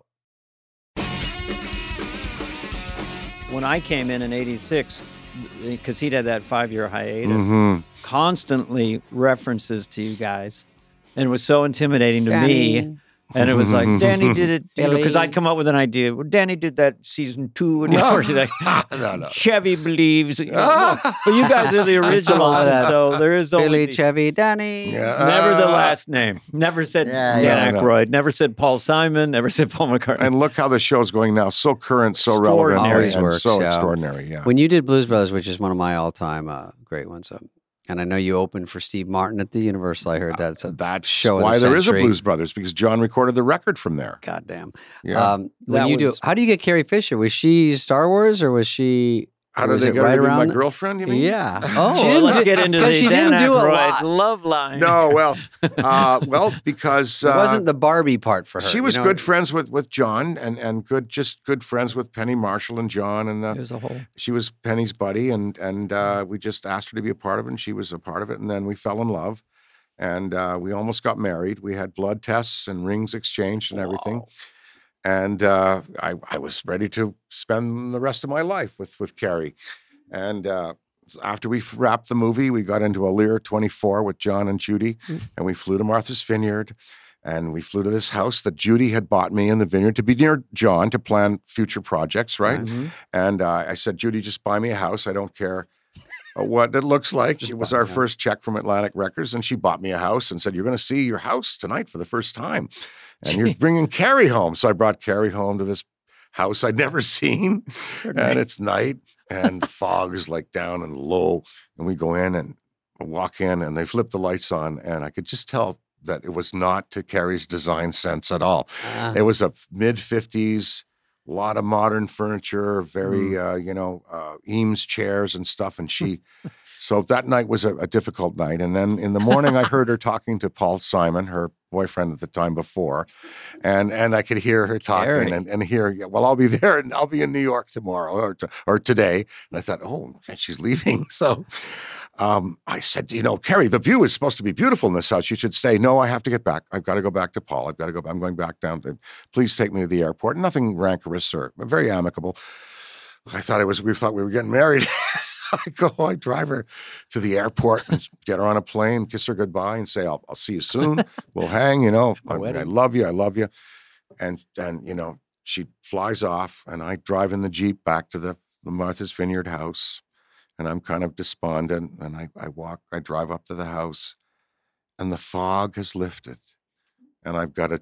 B: When I came in in 86, because he'd had that five year hiatus,
C: hmm
B: [laughs] constantly references to you guys and it was so intimidating to me and it was like danny did it because i'd come up with an idea well danny did that season
A: [laughs]
B: two and
C: No.
B: or she's like
C: [laughs] no, no.
B: chevy believes you know, no. but you guys are the originals
A: lot
B: and
A: of
B: so there is only the-
A: Chevy, Danny.
C: Yeah.
B: never the last name never said
A: Yeah,
B: dan
C: yeah.
B: Aykroyd, never said paul simon never said paul mccartney
C: And look how the show's going now. So current, so relevant, and-
B: Always
C: and
A: works,
C: so
A: yeah.
C: extraordinary. Yeah.
A: When you did Blues Brothers, which is one of my all time uh, great ones, um, and I know you opened for Steve Martin at the Universal. I heard that. So
C: Uh, That's
A: show of the
C: why there is a
A: century.
C: Blues Brothers because John recorded the record from there. Uh,
A: goddamn.
C: Yeah.
A: Um, when
B: That
A: you do,
B: was-
A: how do you get Carrie Fisher? Was she Star Wars or was she
C: How
A: Or
C: did
A: is
C: they
A: it
C: get
A: right
C: her to be my
A: around the-
C: girlfriend? You mean?
A: Yeah.
D: Oh,
B: She didn't
D: let's
B: do-
D: get into the
A: 'cause she
D: Dan
A: didn't do a
D: Aykroyd
A: lot.
D: love line.
C: No, well,
A: [laughs]
C: uh, well, because
A: It
C: uh,
A: wasn't the Barbie part for her.
C: she
A: you
C: was
A: know?
C: good friends with with John and and good just good friends with Penny Marshall and John and uh,
D: it was a whole.
C: she was Penny's buddy, and and uh, we just asked her to be a part of it, and she was a part of it, and then we fell in love, and uh, we almost got married. We had blood tests and rings exchanged and everything, and uh, I I was ready to spend the rest of my life with with Carrie, and. Uh, so after we wrapped the movie, we got into a Lear 24 with John and Judy, and we flew to Martha's Vineyard, and we flew to this house that Judy had bought me in the vineyard to be near John to plan future projects, right?
A: Mm-hmm.
C: And uh, I said, Judy, just buy me a house. I don't care uh, what
A: [laughs]
C: it looks like.
A: Just
C: it was
A: buy
C: our
A: me a
C: first check from Atlantic Records, and she bought me a house and said, You're going to see your house tonight for the first time. And you're bringing Carrie home. So I brought Carrie home to this house I'd never [laughs] seen. And it's night, and the fog is like down and low. And we go in and walk in, and they flip the lights on. And I could just tell that it was not to Carrie's design sense at all.
A: Ah.
C: It was a mid 50s, a lot of modern furniture, very, uh, you know, uh, Eames chairs and stuff. And she, so that night was a, a difficult night. And then in the morning, I heard her talking to Paul Simon, her boyfriend at the time before. And and I could hear her talking
D: Harry.
C: and, and hear, yeah, well, I'll be [laughs] there and I'll be in New York tomorrow or, to, or today. And I thought, oh, okay, she's leaving. [laughs] So um, I said, you know, Carrie, the view is supposed to be beautiful in this house. You should stay. No, I have to get back. I've got to go back to Paul. I've got to go. I'm going back down to. Please take me to the airport. Nothing rancorous or very amicable. I thought it was. We thought we were getting married. [laughs] so I go. I drive her to the airport, and get her on a plane, kiss her goodbye, and say, "I'll, I'll see you soon. We'll hang." You know, I, I
B: Poetic.
C: love you. I love you. And and you know, she flies off, and I drive in the jeep back to the, the Martha's Vineyard house and I'm kind of despondent. And I, I walk, I drive up to the house, and the fog has lifted. And I've got a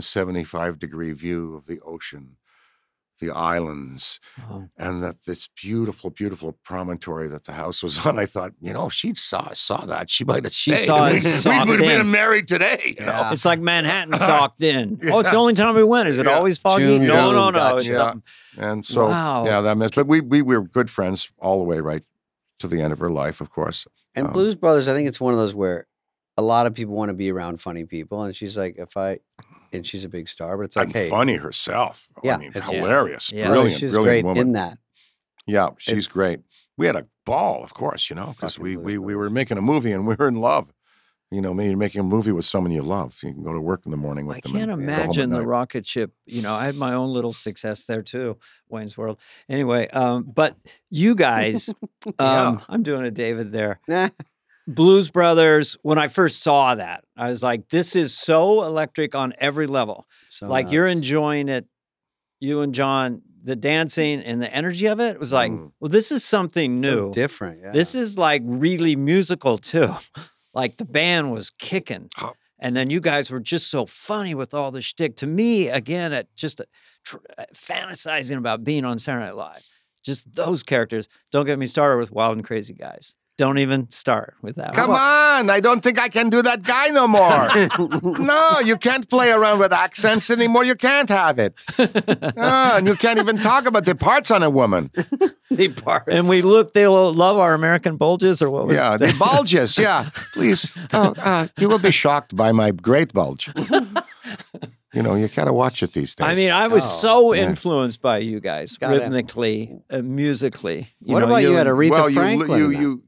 C: 275 degree view of the ocean, the islands,
B: Oh.
C: and that this beautiful, beautiful promontory that the house was [laughs] on. I thought, you know, if she saw saw that. She might have
B: She
C: stayed.
B: saw it,
C: [laughs] We,
B: socked
C: we would have
B: in.
C: been married today. You know?
A: Yeah.
B: It's like
C: [laughs]
B: Manhattan socked in. Oh, it's
C: Yeah.
B: the only time we went. Is it
C: Yeah.
B: always foggy?
A: June,
B: no,
A: June,
B: no, no.
A: gotcha.
B: It's
C: Yeah.
B: something.
C: And so,
B: Wow.
C: yeah, that missed. But we, we were good friends all the way right to the end of her life, of course.
A: And
C: Um,
A: Blues Brothers, I think it's one of those where a lot of people want to be around funny people, and she's like, if I, and she's a big star, but it's like,
C: and
A: hey,
C: funny herself.
A: Yeah,
C: I mean,
A: it's-
B: yeah.
C: hilarious,
B: Yeah.
A: really,
C: brilliant,
A: she's
C: brilliant
A: great
C: woman.
A: in that. [laughs]
C: Yeah, she's
A: It's-
C: great. We had a ball, of course, you know, because
A: Fucking
C: we,
A: Blues
C: we, we were making a movie and we were in love. You know, maybe making a movie with someone you love. You can go to work in the morning with
B: I
C: them.
B: can't
C: and go home at
B: imagine the
C: night.
B: rocket ship. You know, I had my own little success there too, Wayne's World. Anyway, um, but you
C: [laughs]
B: guys, um,
C: Yeah.
B: I'm doing a David there.
A: Nah,
B: Blues Brothers. When I first saw that, I was like, this is so electric on every level.
A: so
B: like you're
A: nuts.
B: enjoying it you and john the dancing and the energy of it, was like
C: Mm.
B: well this is something
A: So
B: new
A: different. Yeah. [laughs]
B: this is like really musical too [laughs] like the band was kicking
C: Oh.
B: and then you guys were just so funny with all the shtick. To me, again, at just uh, tr- fantasizing about being on Saturday Night Live, just those characters. Don't get me started with Wild and Crazy Guys. Don't even start with that.
C: Come
B: one.
C: on, I don't think I can do that guy no
B: [laughs]
C: more. no, you can't play around with accents anymore. You can't have
B: [laughs]
C: it. Ah, and you can't even talk about the parts on a woman.
A: the parts.
B: And we look, they will love our American bulges or what was
C: Yeah,
B: that?
C: the bulges. Yeah, please. Oh, uh, you will be shocked by my great bulge. you know, you gotta watch it these
B: [laughs]
C: days.
B: I mean, I was
A: Oh,
B: so
C: yeah.
B: influenced by you guys
A: Got it.
B: rhythmically, uh, musically.
A: what about you at
B: and-
A: Aretha
C: well,
A: Franklin?
C: you,
A: in
C: you,
A: that?
C: you,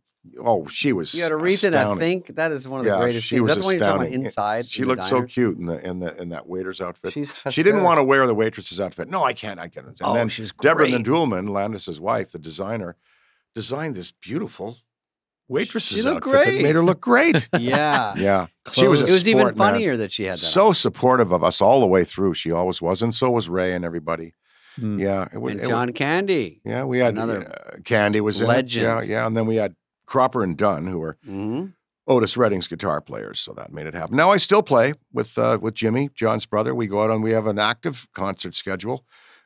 C: Oh, she was.
A: You had Aretha. that I
C: astounding.
A: think that is one of the
C: Yeah,
A: greatest.
C: she
A: things.
C: was
A: That's the one you're talking about
C: astounding.
A: inside.
C: She
A: in the
C: looked so
A: diner?
C: cute in the in the in that waiter's outfit.
A: She's
C: she didn't
A: hysterical.
C: want to wear the waitress's outfit. No, I can't. I can't. And
A: Oh,
C: then
A: she's great.
C: Deborah Nadulman, Landis's wife, the designer, designed this beautiful waitress's
A: looked
C: outfit that
A: great.
C: made her
A: [laughs]
C: look great.
A: [laughs] yeah.
C: yeah, [laughs] she was. A
A: it was even
C: sport, man.
A: funnier that she had that.
C: so supportive of us all the way through. She always was, and so was Ray and everybody.
B: Hmm.
C: Yeah, it was.
A: and
C: it was-
A: John Candy.
C: yeah, we had
A: another
C: uh, Candy was in it.
A: legend.
C: Yeah, yeah, and then we had Cropper and Dunn, who were
A: hmm
C: Otis Redding's guitar players, so that made it happen. Now I still play with uh, with Jimmy, John's brother. We go out and we have an active concert schedule.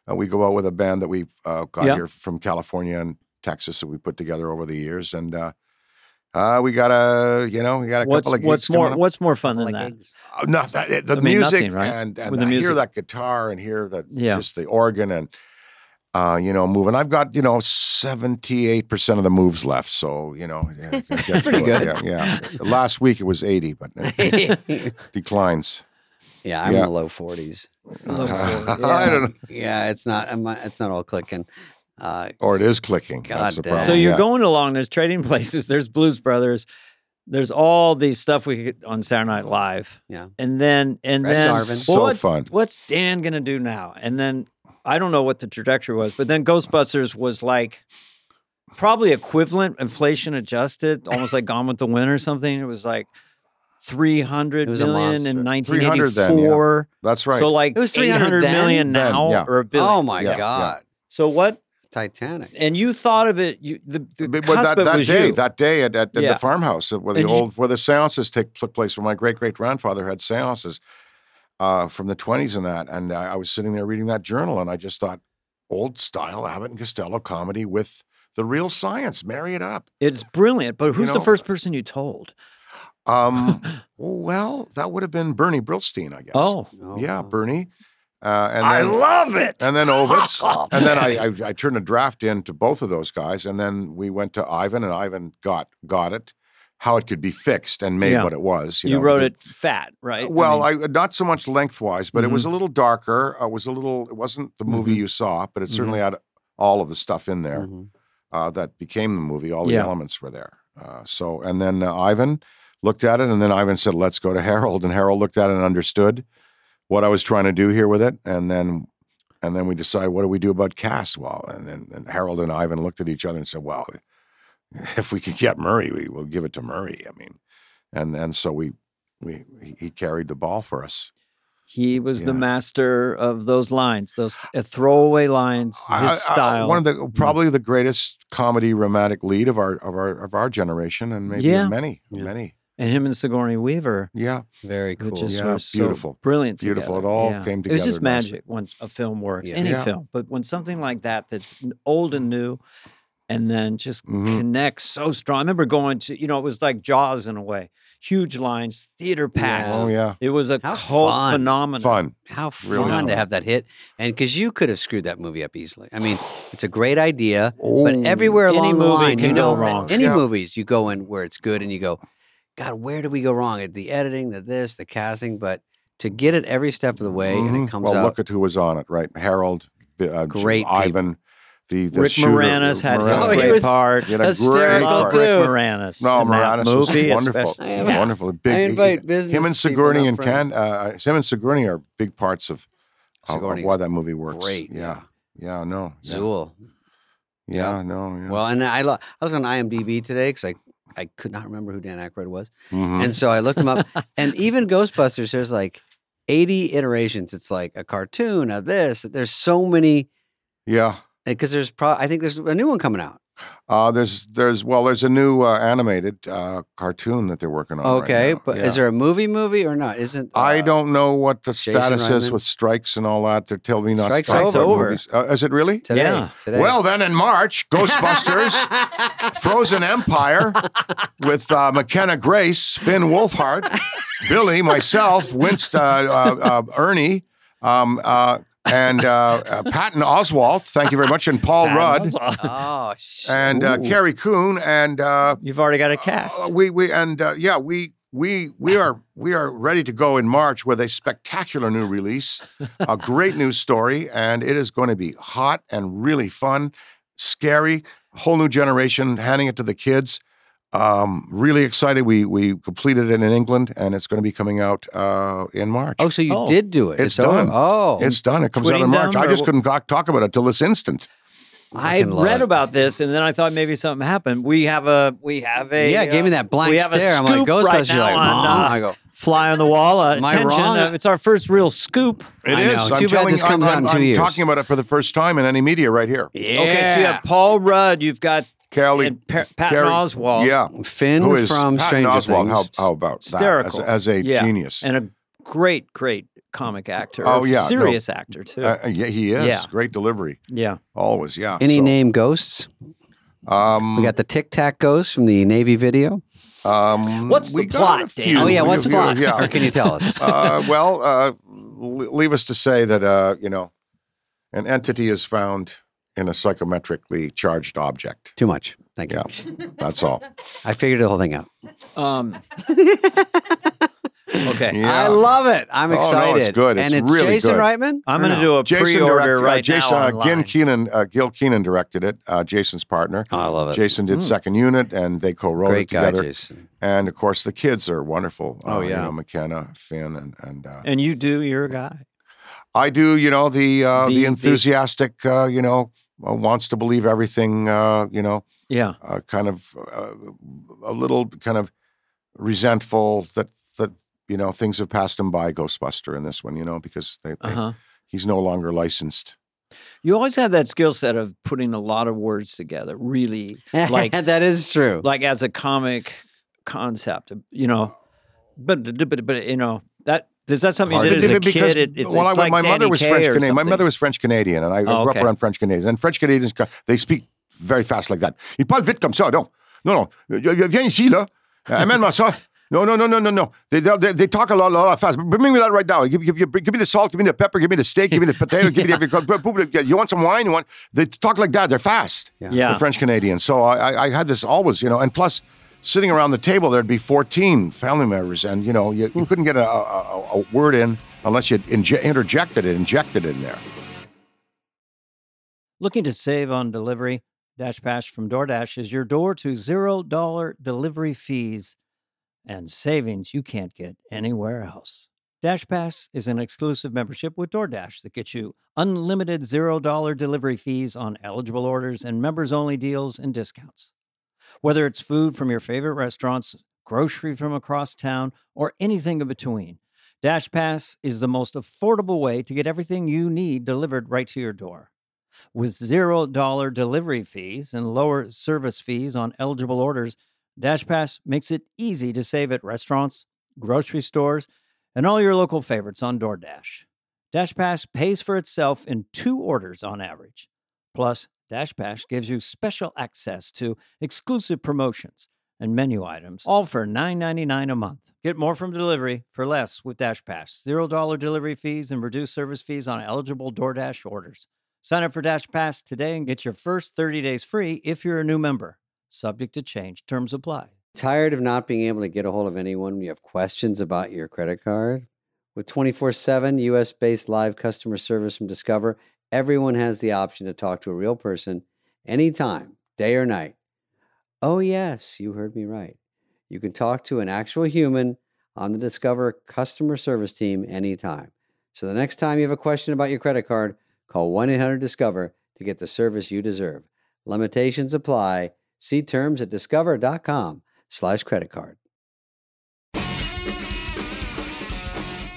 C: Uh, we go out with a band that we uh, got
B: Yeah.
C: here from California and Texas that we put together over the years, and uh, uh, we got a you know we got a
B: What's,
C: couple of gigs
B: what's
C: coming
B: more
C: up.
B: what's more fun than
A: Like
B: that?
A: eggs.
C: Uh, no, that, it- the
B: I mean,
C: music
B: nothing, right?
C: and, and
B: With the
C: I hear
B: music.
C: that guitar and hear that
B: Yeah.
C: just the organ and uh, you know, moving. I've got, you know, 78% of the moves left. So, you know,
B: [laughs]
C: yeah, I can get
A: Pretty
C: through it.
A: good.
C: Yeah, yeah. Last week it was 80, but
B: [laughs]
C: it
A: [laughs] yeah,
C: declines.
A: I'm in
C: Yeah.
A: the low 40s.
B: [laughs]
A: [laughs]
B: Low
A: Uh,
B: 40s,
A: yeah.
C: [laughs] I don't know.
A: Yeah, it's not. I'm not- It's not all clicking. Uh,
C: Or it is clicking. That's
A: God
C: the
A: damn.
C: problem.
B: So you're
C: yeah.
B: going along. There's trading [laughs] places. There's Blues Brothers. There's all these stuff we get on Saturday Night Live.
A: Yeah.
B: and then and
A: Fred
B: then
A: Garvin.
B: well,
C: So
B: what's,
C: fun.
B: what's Dan gonna do now? And then I don't know what the trajectory was, but then Ghostbusters was like probably equivalent, inflation adjusted, almost like Gone with the Wind or something. It was like three hundred
A: It was a
B: million in
A: monster.
C: 300 then, yeah.
B: 1984.
C: That's right.
B: So like
A: It was
B: 300
A: 300 then?
B: million
C: Then,
B: now
C: yeah.
B: or a billion.
A: oh my
C: Yeah, yeah.
A: God,
B: So what?
A: Titanic.
B: And you thought of it. You the, the
C: But- but that,
B: cusp of it
C: that
B: was
C: day,
B: you.
C: that day at, at, at
B: Yeah.
C: the farmhouse uh, where the
B: And you-
C: old where the seances take took place, where my great great grandfather had seances uh, from the twenties and that, and I, I was sitting there reading that journal, and I just thought, old style Abbott and Costello comedy with the real science, marry it up.
B: It's brilliant, but who's
C: know-
B: the first person you told? [laughs]
C: Um, well, that would have been Bernie Brilstein, I guess.
B: Oh,
A: Oh,
C: yeah,
A: wow.
C: Bernie. Uh, and then,
B: I love it.
C: And
B: [laughs]
C: then Ovitz. and then I, I I turned a draft in to both of those guys, and then we went to Ivan, and Ivan got got it, how it could be fixed and made
B: Yeah.
C: what it was.
B: you,
C: You, know,
B: wrote
C: the-
B: it fat, right?
C: Well,
B: I, Mm-hmm.
C: I, not so much lengthwise, but it was a little darker. Uh, It was a little. It wasn't the movie
A: Mhm.
C: you saw, but it
A: Mhm.
C: certainly
B: Mm-hmm.
C: had all of the stuff in there
A: Mhm.
C: uh, that became the movie. All the
B: Yeah.
C: elements were there. Uh, so, and then uh, Ivan looked at it, and then Ivan said, "Let's go to Harold." And Harold looked at it and understood what I was trying to do here with it. And then, and then we decided, what do we do about cast? Well, and then and Harold and Ivan looked at each other and said, "Well, [laughs] if we could get Murray, we will give it to Murray." I mean, and and so we. We, he- he carried the ball for us.
B: he was the
C: yeah.
B: master of those lines, those uh, throwaway lines, his
C: I- I-
B: style. Mm.
C: one of the probably the greatest comedy romantic lead of our of our of our generation, and maybe
B: Yeah.
C: many,
A: Yeah.
C: many.
B: and him and Sigourney Weaver,
C: Yeah,
A: Very
B: who
A: cool.
B: just
C: Yeah,
B: were so
C: beautiful.
B: brilliant,
C: Beautiful. It
B: together.
C: all came
B: It was
C: together
B: just
C: nicely.
B: magic when a film works,
A: Yeah.
B: any
C: Yeah.
B: film, but when something like that that's n- old and new, and then just
C: Mhm.
B: connects so strong. I remember going to, you know, it was like Jaws in a way, huge lines, theater packed.
C: Oh yeah,
B: It was a
A: How
B: cult
A: fun.
B: phenomenon.
C: fun.
A: How
C: Really
A: fun to
C: fun.
A: have that hit, and because you could have screwed that movie up easily. I
C: [sighs]
A: mean, it's a great idea, but
C: Oh.
A: everywhere
B: Any
A: along the
B: movie
A: line, you
B: can go
A: know,
B: wrong.
A: any
C: Yeah.
A: movies you go in where it's good, and you go, God, where do we go wrong? At the editing, the this, the casting, but to get it every step of the way, and
C: Mhm.
A: it comes
C: well,
A: out.
C: look at who was on it, right? Harold, B- uh, J-
A: Great people.
C: Ivan, the, the
B: Rick
C: shooter,
B: Moranis had
A: Moranis.
B: his
A: Oh, he
B: great
A: was- [laughs]
B: part.
C: He had a
A: Hysterical,
C: great part.
B: Rick
A: dude.
B: Moranis.
C: No,
B: in that
C: Moranis
B: movie
C: was
A: [laughs]
C: wonderful,
B: especially.
A: Yeah.
C: wonderful. A Big, e,
A: I invite business.
C: him and
A: people,
C: Sigourney
A: not
C: and
A: friends.
C: Ken. Uh, him and Sigourney are big parts of, of- of
A: Sigourney's
C: why that movie works.
A: Great,
C: Yeah, yeah, no, yeah,
A: Zool.
C: yeah, no, yeah.
A: Well, and I lo- I was on IMDb today because I I could not remember who Dan Aykroyd was,
C: Mhm.
A: and so I looked him
B: [laughs]
A: up. and even Ghostbusters, there's like 80 iterations. It's like a cartoon, a this. There's so many
C: yeah.
A: because there's pro- I think there's a new one coming out.
C: Uh, there's there's well there's a new uh, animated uh, cartoon that they're working on. right
A: okay,
C: now.
A: but
C: Yeah.
A: is there a movie movie or not? Isn't
C: I
A: uh,
C: don't know what the
A: Jason
C: status is
A: Reitman?
C: with strikes and all that. They're telling me not
A: Strike's
C: to talk about
B: over.
C: movies. Uh, is it really?
A: today?
B: Yeah.
A: Today.
C: Well, then
A: [laughs]
C: in March, Ghostbusters, Frozen Empire, with uh, McKenna Grace, Finn Wolfhard, Billy, myself, Winston, uh, uh, uh, Ernie, um, uh, and uh, uh, Patton Oswalt. Thank you very much, and Paul Rudd, [laughs]
A: oh shit.
C: and uh,
A: Ooh.
C: Carrie Coon, and uh,
B: You've already got a cast.
C: uh, we we and uh, yeah, we we we are we are ready to go in March with a spectacular new release, a great news story, and it is going to be hot and really fun, scary, whole new generation handing it to the kids. Um, really excited. We we completed it in England, and it's going to be coming out uh, in March.
A: oh, so you
B: Oh,
A: did do it.
C: it's
A: over.
C: done.
A: Oh,
C: it's done. It comes out in
B: Twitting
C: March.
B: down
C: I
B: or
C: just
B: what-
C: couldn't talk, talk about it till this instant.
B: I
A: Fucking love
B: read
A: it.
B: about this, and then I thought maybe something happened. We have a we have a
A: yeah, it gave
B: uh,
A: me that blank
B: we have a
A: stare. I'm like
B: scoop right
A: Ghostbusters. You're like,
B: now on,
A: "Mom."
B: uh,
A: I go.
B: fly on the wall. Uh,
A: Am I
B: attention,
A: wrong?
B: uh, it's our first real scoop.
C: It
A: I
C: is.
A: know.
C: I'm
A: Too bad
C: telling-
A: this comes
C: I'm-
A: out in
C: I'm-
A: two years.
C: I'm talking about it for the first time in any media right here.
B: Okay, so you
A: Yeah.
B: have Paul Rudd. You've got
C: Kelly,
B: and pa- Patton
C: Carrie-
B: Oswalt.
C: Yeah.
A: Finn
C: Who is
A: from
C: Patton
A: Stranger
C: Oswalt?
A: Things.
C: How, how about that? As,
B: Hysterical.
C: as a
B: Yeah.
C: genius.
B: and a great, great comic actor.
C: Oh,
B: a
C: yeah, no.
B: serious actor too.
C: Uh, yeah, he is.
B: Yeah.
C: Great delivery.
B: yeah,
C: Always, yeah.
A: Any
C: So,
A: name ghosts?
C: Um,
A: We got the Tic Tac ghost from the Navy video.
C: um,
B: What's the
C: we got
B: plot,
C: a
B: Dan?
C: few.
A: Oh yeah,
C: We-
A: what's the
C: we-
A: plot?
C: Yeah.
A: Or can you tell us?
C: [laughs] uh, well, uh, l- leave us to say that, uh, you know, an entity is found in a psychometrically charged object.
A: Too much. Thank you.
C: Yeah,
A: [laughs]
C: that's all.
A: I figured the whole thing out. [laughs]
B: Um, okay.
C: Yeah.
A: I love it. I'm
C: Oh, no, it's
A: excited.
C: good. It's
A: and it's
C: really
A: Jason
C: good.
A: Reitman.
B: I'm going to
A: No.
B: do a
C: Jason
B: pre-order
C: direct- uh,
B: right
C: Jason,
B: now
C: uh,
B: online.
C: Gil Keenan, uh, Gil Keenan directed it. Uh, Jason's partner.
A: Oh, I love it.
C: Jason did
B: Mm.
C: Second Unit, and they co-wrote
A: Great
C: it
A: guy,
C: together.
A: Jason.
C: And of course, the kids are wonderful. uh,
A: Oh,
C: you
A: yeah.
C: know, McKenna, Finn, and and uh,
B: And you do, you're a guy.
C: I do. You know the uh,
B: The-
C: the,
B: the-
C: enthusiastic. Uh, you know, uh, wants to believe everything. Uh, you know,
B: Yeah.
C: uh, kind of uh, a little kind of resentful that that you know things have passed him by. Ghostbuster in this one, you know, because they, they,
B: Uh-huh.
C: he's no longer licensed.
B: You always have that skill set of putting a lot of words together, really,
A: [laughs]
B: Like-
A: that is true.
B: like as a comic concept, you know. But, but, but, but you know, that is that something you
C: Hard
B: did
C: to
B: as a
C: do.
B: kid? It, it's,
C: well,
B: it's
C: I,
B: like
C: my mother
B: Danny
C: was
B: Kaye
C: French
B: or
C: Canadian. My
B: something.
C: mother was French Canadian, and I
B: Oh,
C: grew
B: okay.
C: up around French Canadians. And French Canadians, they speak very fast like that. Il parle vite comme ça, non, non, non. Viens ici là. Euh, Amène-moi ça. [laughs] No, no, no, no, no, no. They, they, they- they talk a lot, a lot fast. Bring me that right now. Give, give, give, give me the salt. Give me the pepper. Give me the steak. Give me the potato. Give me the. You want some wine? You want? They talk like that. They're fast
B: Yeah.
C: the French Canadian. So I, I- I had this always, you know, and plus sitting around the table, there'd be 14 family members, and, you know, you, you couldn't get a, a, a- a word in unless you inje- interjected it, injected in there.
B: Looking to save on delivery? Dash Pash from DoorDash is your door to $0 delivery fees and savings you can't get anywhere else. Dash Pass is an exclusive membership with DoorDash that gets you unlimited $0 delivery fees on eligible orders and members only deals and discounts. Whether it's food from your favorite restaurants, grocery from across town, or anything in between, Dash Pass is the most affordable way to get everything you need delivered right to your door. With $0 delivery fees and lower service fees on eligible orders, DashPass makes it easy to save at restaurants, grocery stores, and all your local favorites on DoorDash. DashPass pays for itself in two orders on average. Plus, DashPass gives you special access to exclusive promotions and menu items, all for $9.99 a month. Get more from delivery for less with DashPass. $0 delivery fees and reduced service fees on eligible DoorDash orders. Sign up for Dash Pass today and get your first 30 days free if you're a new member. Subject to change. Terms apply.
A: Tired of not being able to get a hold of anyone when you have questions about your credit card? With 24 7 US based live customer service from Discover, everyone has the option to talk to a real person anytime, day or night. Oh, yes, you heard me right. You can talk to an actual human on the Discover customer service team anytime. So the next time you have a question about your credit card, call 1 800 Discover to get the service you deserve. Limitations apply. See terms at discover.com slash credit card.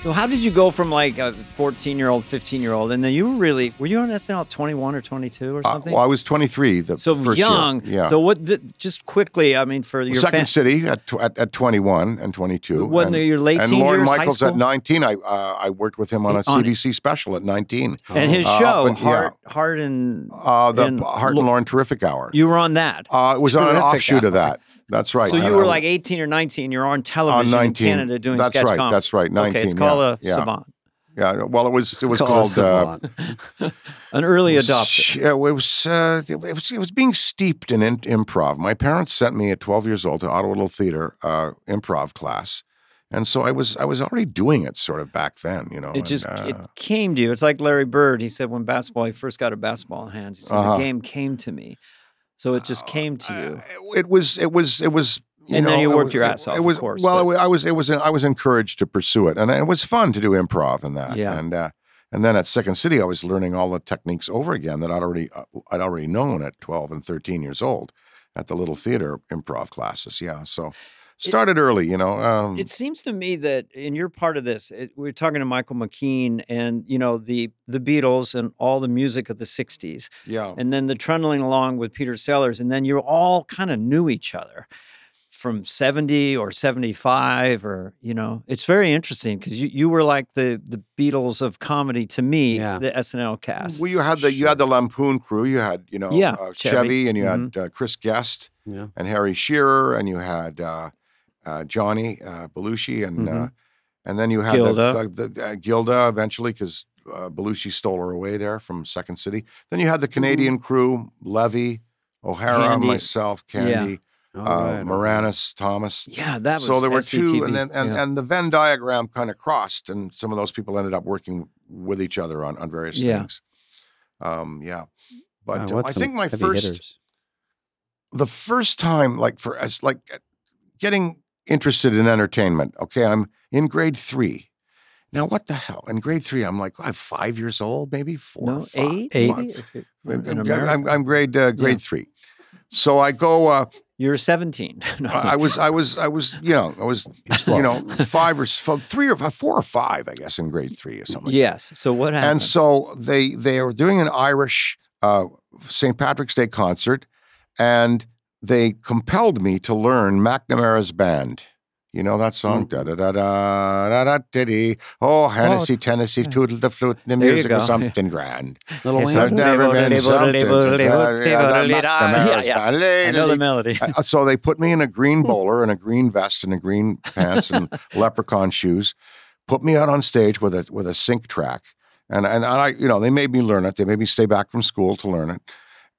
B: So, how did you go from like a 14 year old, 15 year old, and then you were really were you on SNL at 21 or 22 or
C: Uh,
B: something?
C: well, I was 23 the
B: so
C: first year.
B: young.
C: Yeah.
B: So what? The, just quickly, I mean, for your
C: Second
B: fan-
C: City at, tw- at, at 21 and 22.
B: when
C: and,
B: the- your late
C: and
B: teen
C: Lorne
B: years, high
C: Michaels at
B: school? Eh,
C: 19. I uh, I worked with him on a
B: On it.
C: CBC special at 19.
B: and his
C: Oh. Uh,
B: show,
C: but yeah.
B: Heart, Heart, and
C: Uh, the
B: And
C: Hart
B: Lo-
C: and Lauren Terrific Hour.
B: you were on that.
C: uh, it was on an
A: Terrific
C: offshoot
A: Hour.
C: of that. That's right.
B: so
C: And
B: you
C: I
B: were
C: was-
B: like 18 or 19. You're on television
C: on 19.
B: in Canada doing
C: that's
B: sketch
C: right,
B: comedy.
C: That's right. 19.
B: Okay, it's called
C: yeah,
B: a
C: yeah,
B: savant,
C: Yeah. Well, it was it was
A: Call
C: called
A: us
C: uh,
A: Savant.
B: an early adopter.
C: sh- Yeah, it was uh, it was it was being steeped in, in improv. My parents sent me at 12 years old to Ottawa Little Theater uh, improv class. And so I was I was already doing it sort of back then, you know.
B: It just
C: and,
B: it
C: uh,
B: came to you. It's like Larry Bird. He said when basketball, he first got a basketball in hands. He said
C: Uh-huh.
B: the game came to me, so it just came to you.
C: uh, Oh, it was it was it was you
B: And then
C: know,
B: you
C: it
B: worked
C: was-
B: your
C: it-
B: ass off,
C: It
B: of
C: was
B: course,
C: well,
B: but-
C: it wa- I was it was I was encouraged to pursue it, and it was fun to do improv and that.
B: Yeah.
C: And uh, and then at Second City, I was learning all the techniques over again that I'd already uh, I'd already known at twelve and thirteen years old at the little theater improv classes. Yeah, so started early, you know. Um,
B: It seems to me that in your part of this, it, we're talking to Michael McKean and you know the the Beatles and all the music of the '60s,
C: yeah.
B: and then the trundling along with Peter Sellers, and then you all kind of knew each other from 70 or 75 or you know it's very interesting because you, you were like the the beatles of comedy to me
A: Yeah.
B: the snl cast
C: Well, you had the you had the Lampoon crew. You had you know
B: Yeah,
C: uh, Chevy.
B: Chevy. Mm-hmm.
C: and you had uh, Chris Guest
A: Yeah.
C: and Harry Shearer, and you had uh, uh, Johnny uh, Belushi, and uh,
B: Mhm.
C: and then you had the-
B: Gilda.
C: The, the, uh, Gilda eventually because uh, Belushi stole her away there from Second City. Then you had the Canadian crew: Levy, O'Hara,
B: Mm-hmm. Candy.
C: myself, Candy, uh, Moranis, Thomas.
B: Yeah, that was
C: so there were two,
B: SCTV.
C: and then and,
B: Yeah.
C: and the Venn diagram kind of crossed, and some of those people ended up working with each other on on various
B: Yeah.
C: things. Um, yeah, but
A: Wow,
C: uh,
A: what's
C: I
A: some
C: think my
A: heavy
C: first
A: hitters.
C: the first time like for as like getting interested in entertainment okay i'm in grade three now what the hell in grade three i'm like i'm five years old maybe four
B: no
C: five,
B: eight,
A: Eight.
B: maybe, if it- or in
C: I'm, I'm-
B: America.
C: I'm- I'm grade uh, grade three so i go uh,
B: You're 17. [laughs] No.
C: I I was i was i was young i was
A: slow.
C: you know
B: [laughs]
C: five or s- fo- three or five, four or five i guess in grade three or something like
B: yes. So what happened?
C: and so they they were doing an Irish uh, St. Patrick's Day concert, and they compelled me to learn McNamara's band. You know that
B: Mm.
C: song? Da da da da da da diddy. Oh, Hennessy, Tennessee, tootle the flute, the
B: you
C: music
B: go.
C: was something
B: [laughs]
C: grand.
A: Little
B: It's
A: Wayne.
B: not- Ah, Yeah, yeah. I know the [laughs]
C: yeah.
B: melody.
C: So they put me in a green bowler and a green vest and a green pants and leprechaun shoes, put me out on stage with a with a sync track, and and I you know they made me learn it. They made me stay back from school to learn it,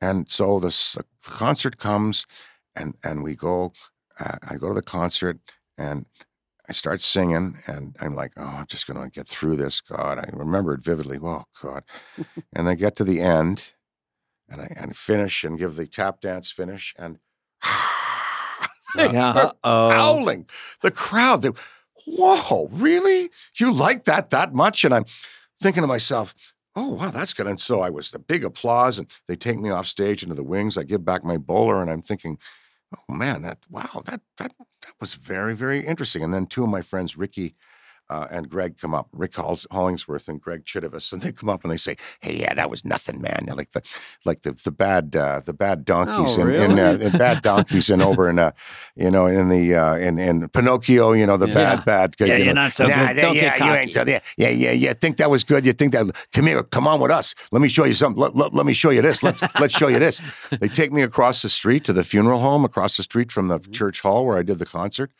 C: and so this the concert comes, and and we go. Uh, I go to the concert and I start singing, and I'm like, oh, I'm just gonna get through this. God, I remember it vividly. Oh God, and I get to the end, and I and finish and give the tap dance finish and.
B: Yeah.
C: They're [sighs] howling. The crowd, they, whoa, really? You like that that much? And I'm thinking to myself, oh, wow, that's good. And so I was the big applause, and they take me off stage into the wings. I give back my bowler, and I'm thinking, oh, man, that, wow, that, that, that was very, very interesting. And then two of my friends, Ricky, uh, and Greg come up, Rick Halls- Hollingsworth and Greg Chittivus, and they come up and they say, "Hey, yeah, that was nothing, man. They're like the like the the bad uh, the bad donkeys
A: Oh,
C: in, in, uh,
B: really?
C: in bad donkeys in over in uh, you know in the uh, in in Pinocchio, you know the
A: Yeah.
C: bad bad guy.
B: Yeah,
C: you
B: you're
C: know,
B: not so
C: "Nah,
B: good.
C: nah,
B: Don't
C: yeah,
B: get
C: you
B: cocky."
C: ain't so yeah, yeah, yeah, yeah. Think that was good. You think that? Come here, come on with us. Let me show you something. Let, let, let me show you this.
B: [laughs]
C: Let's let's show you this. They take me across the street to the funeral home, across the street from
B: Mm-hmm.
C: the church hall where I did the concert.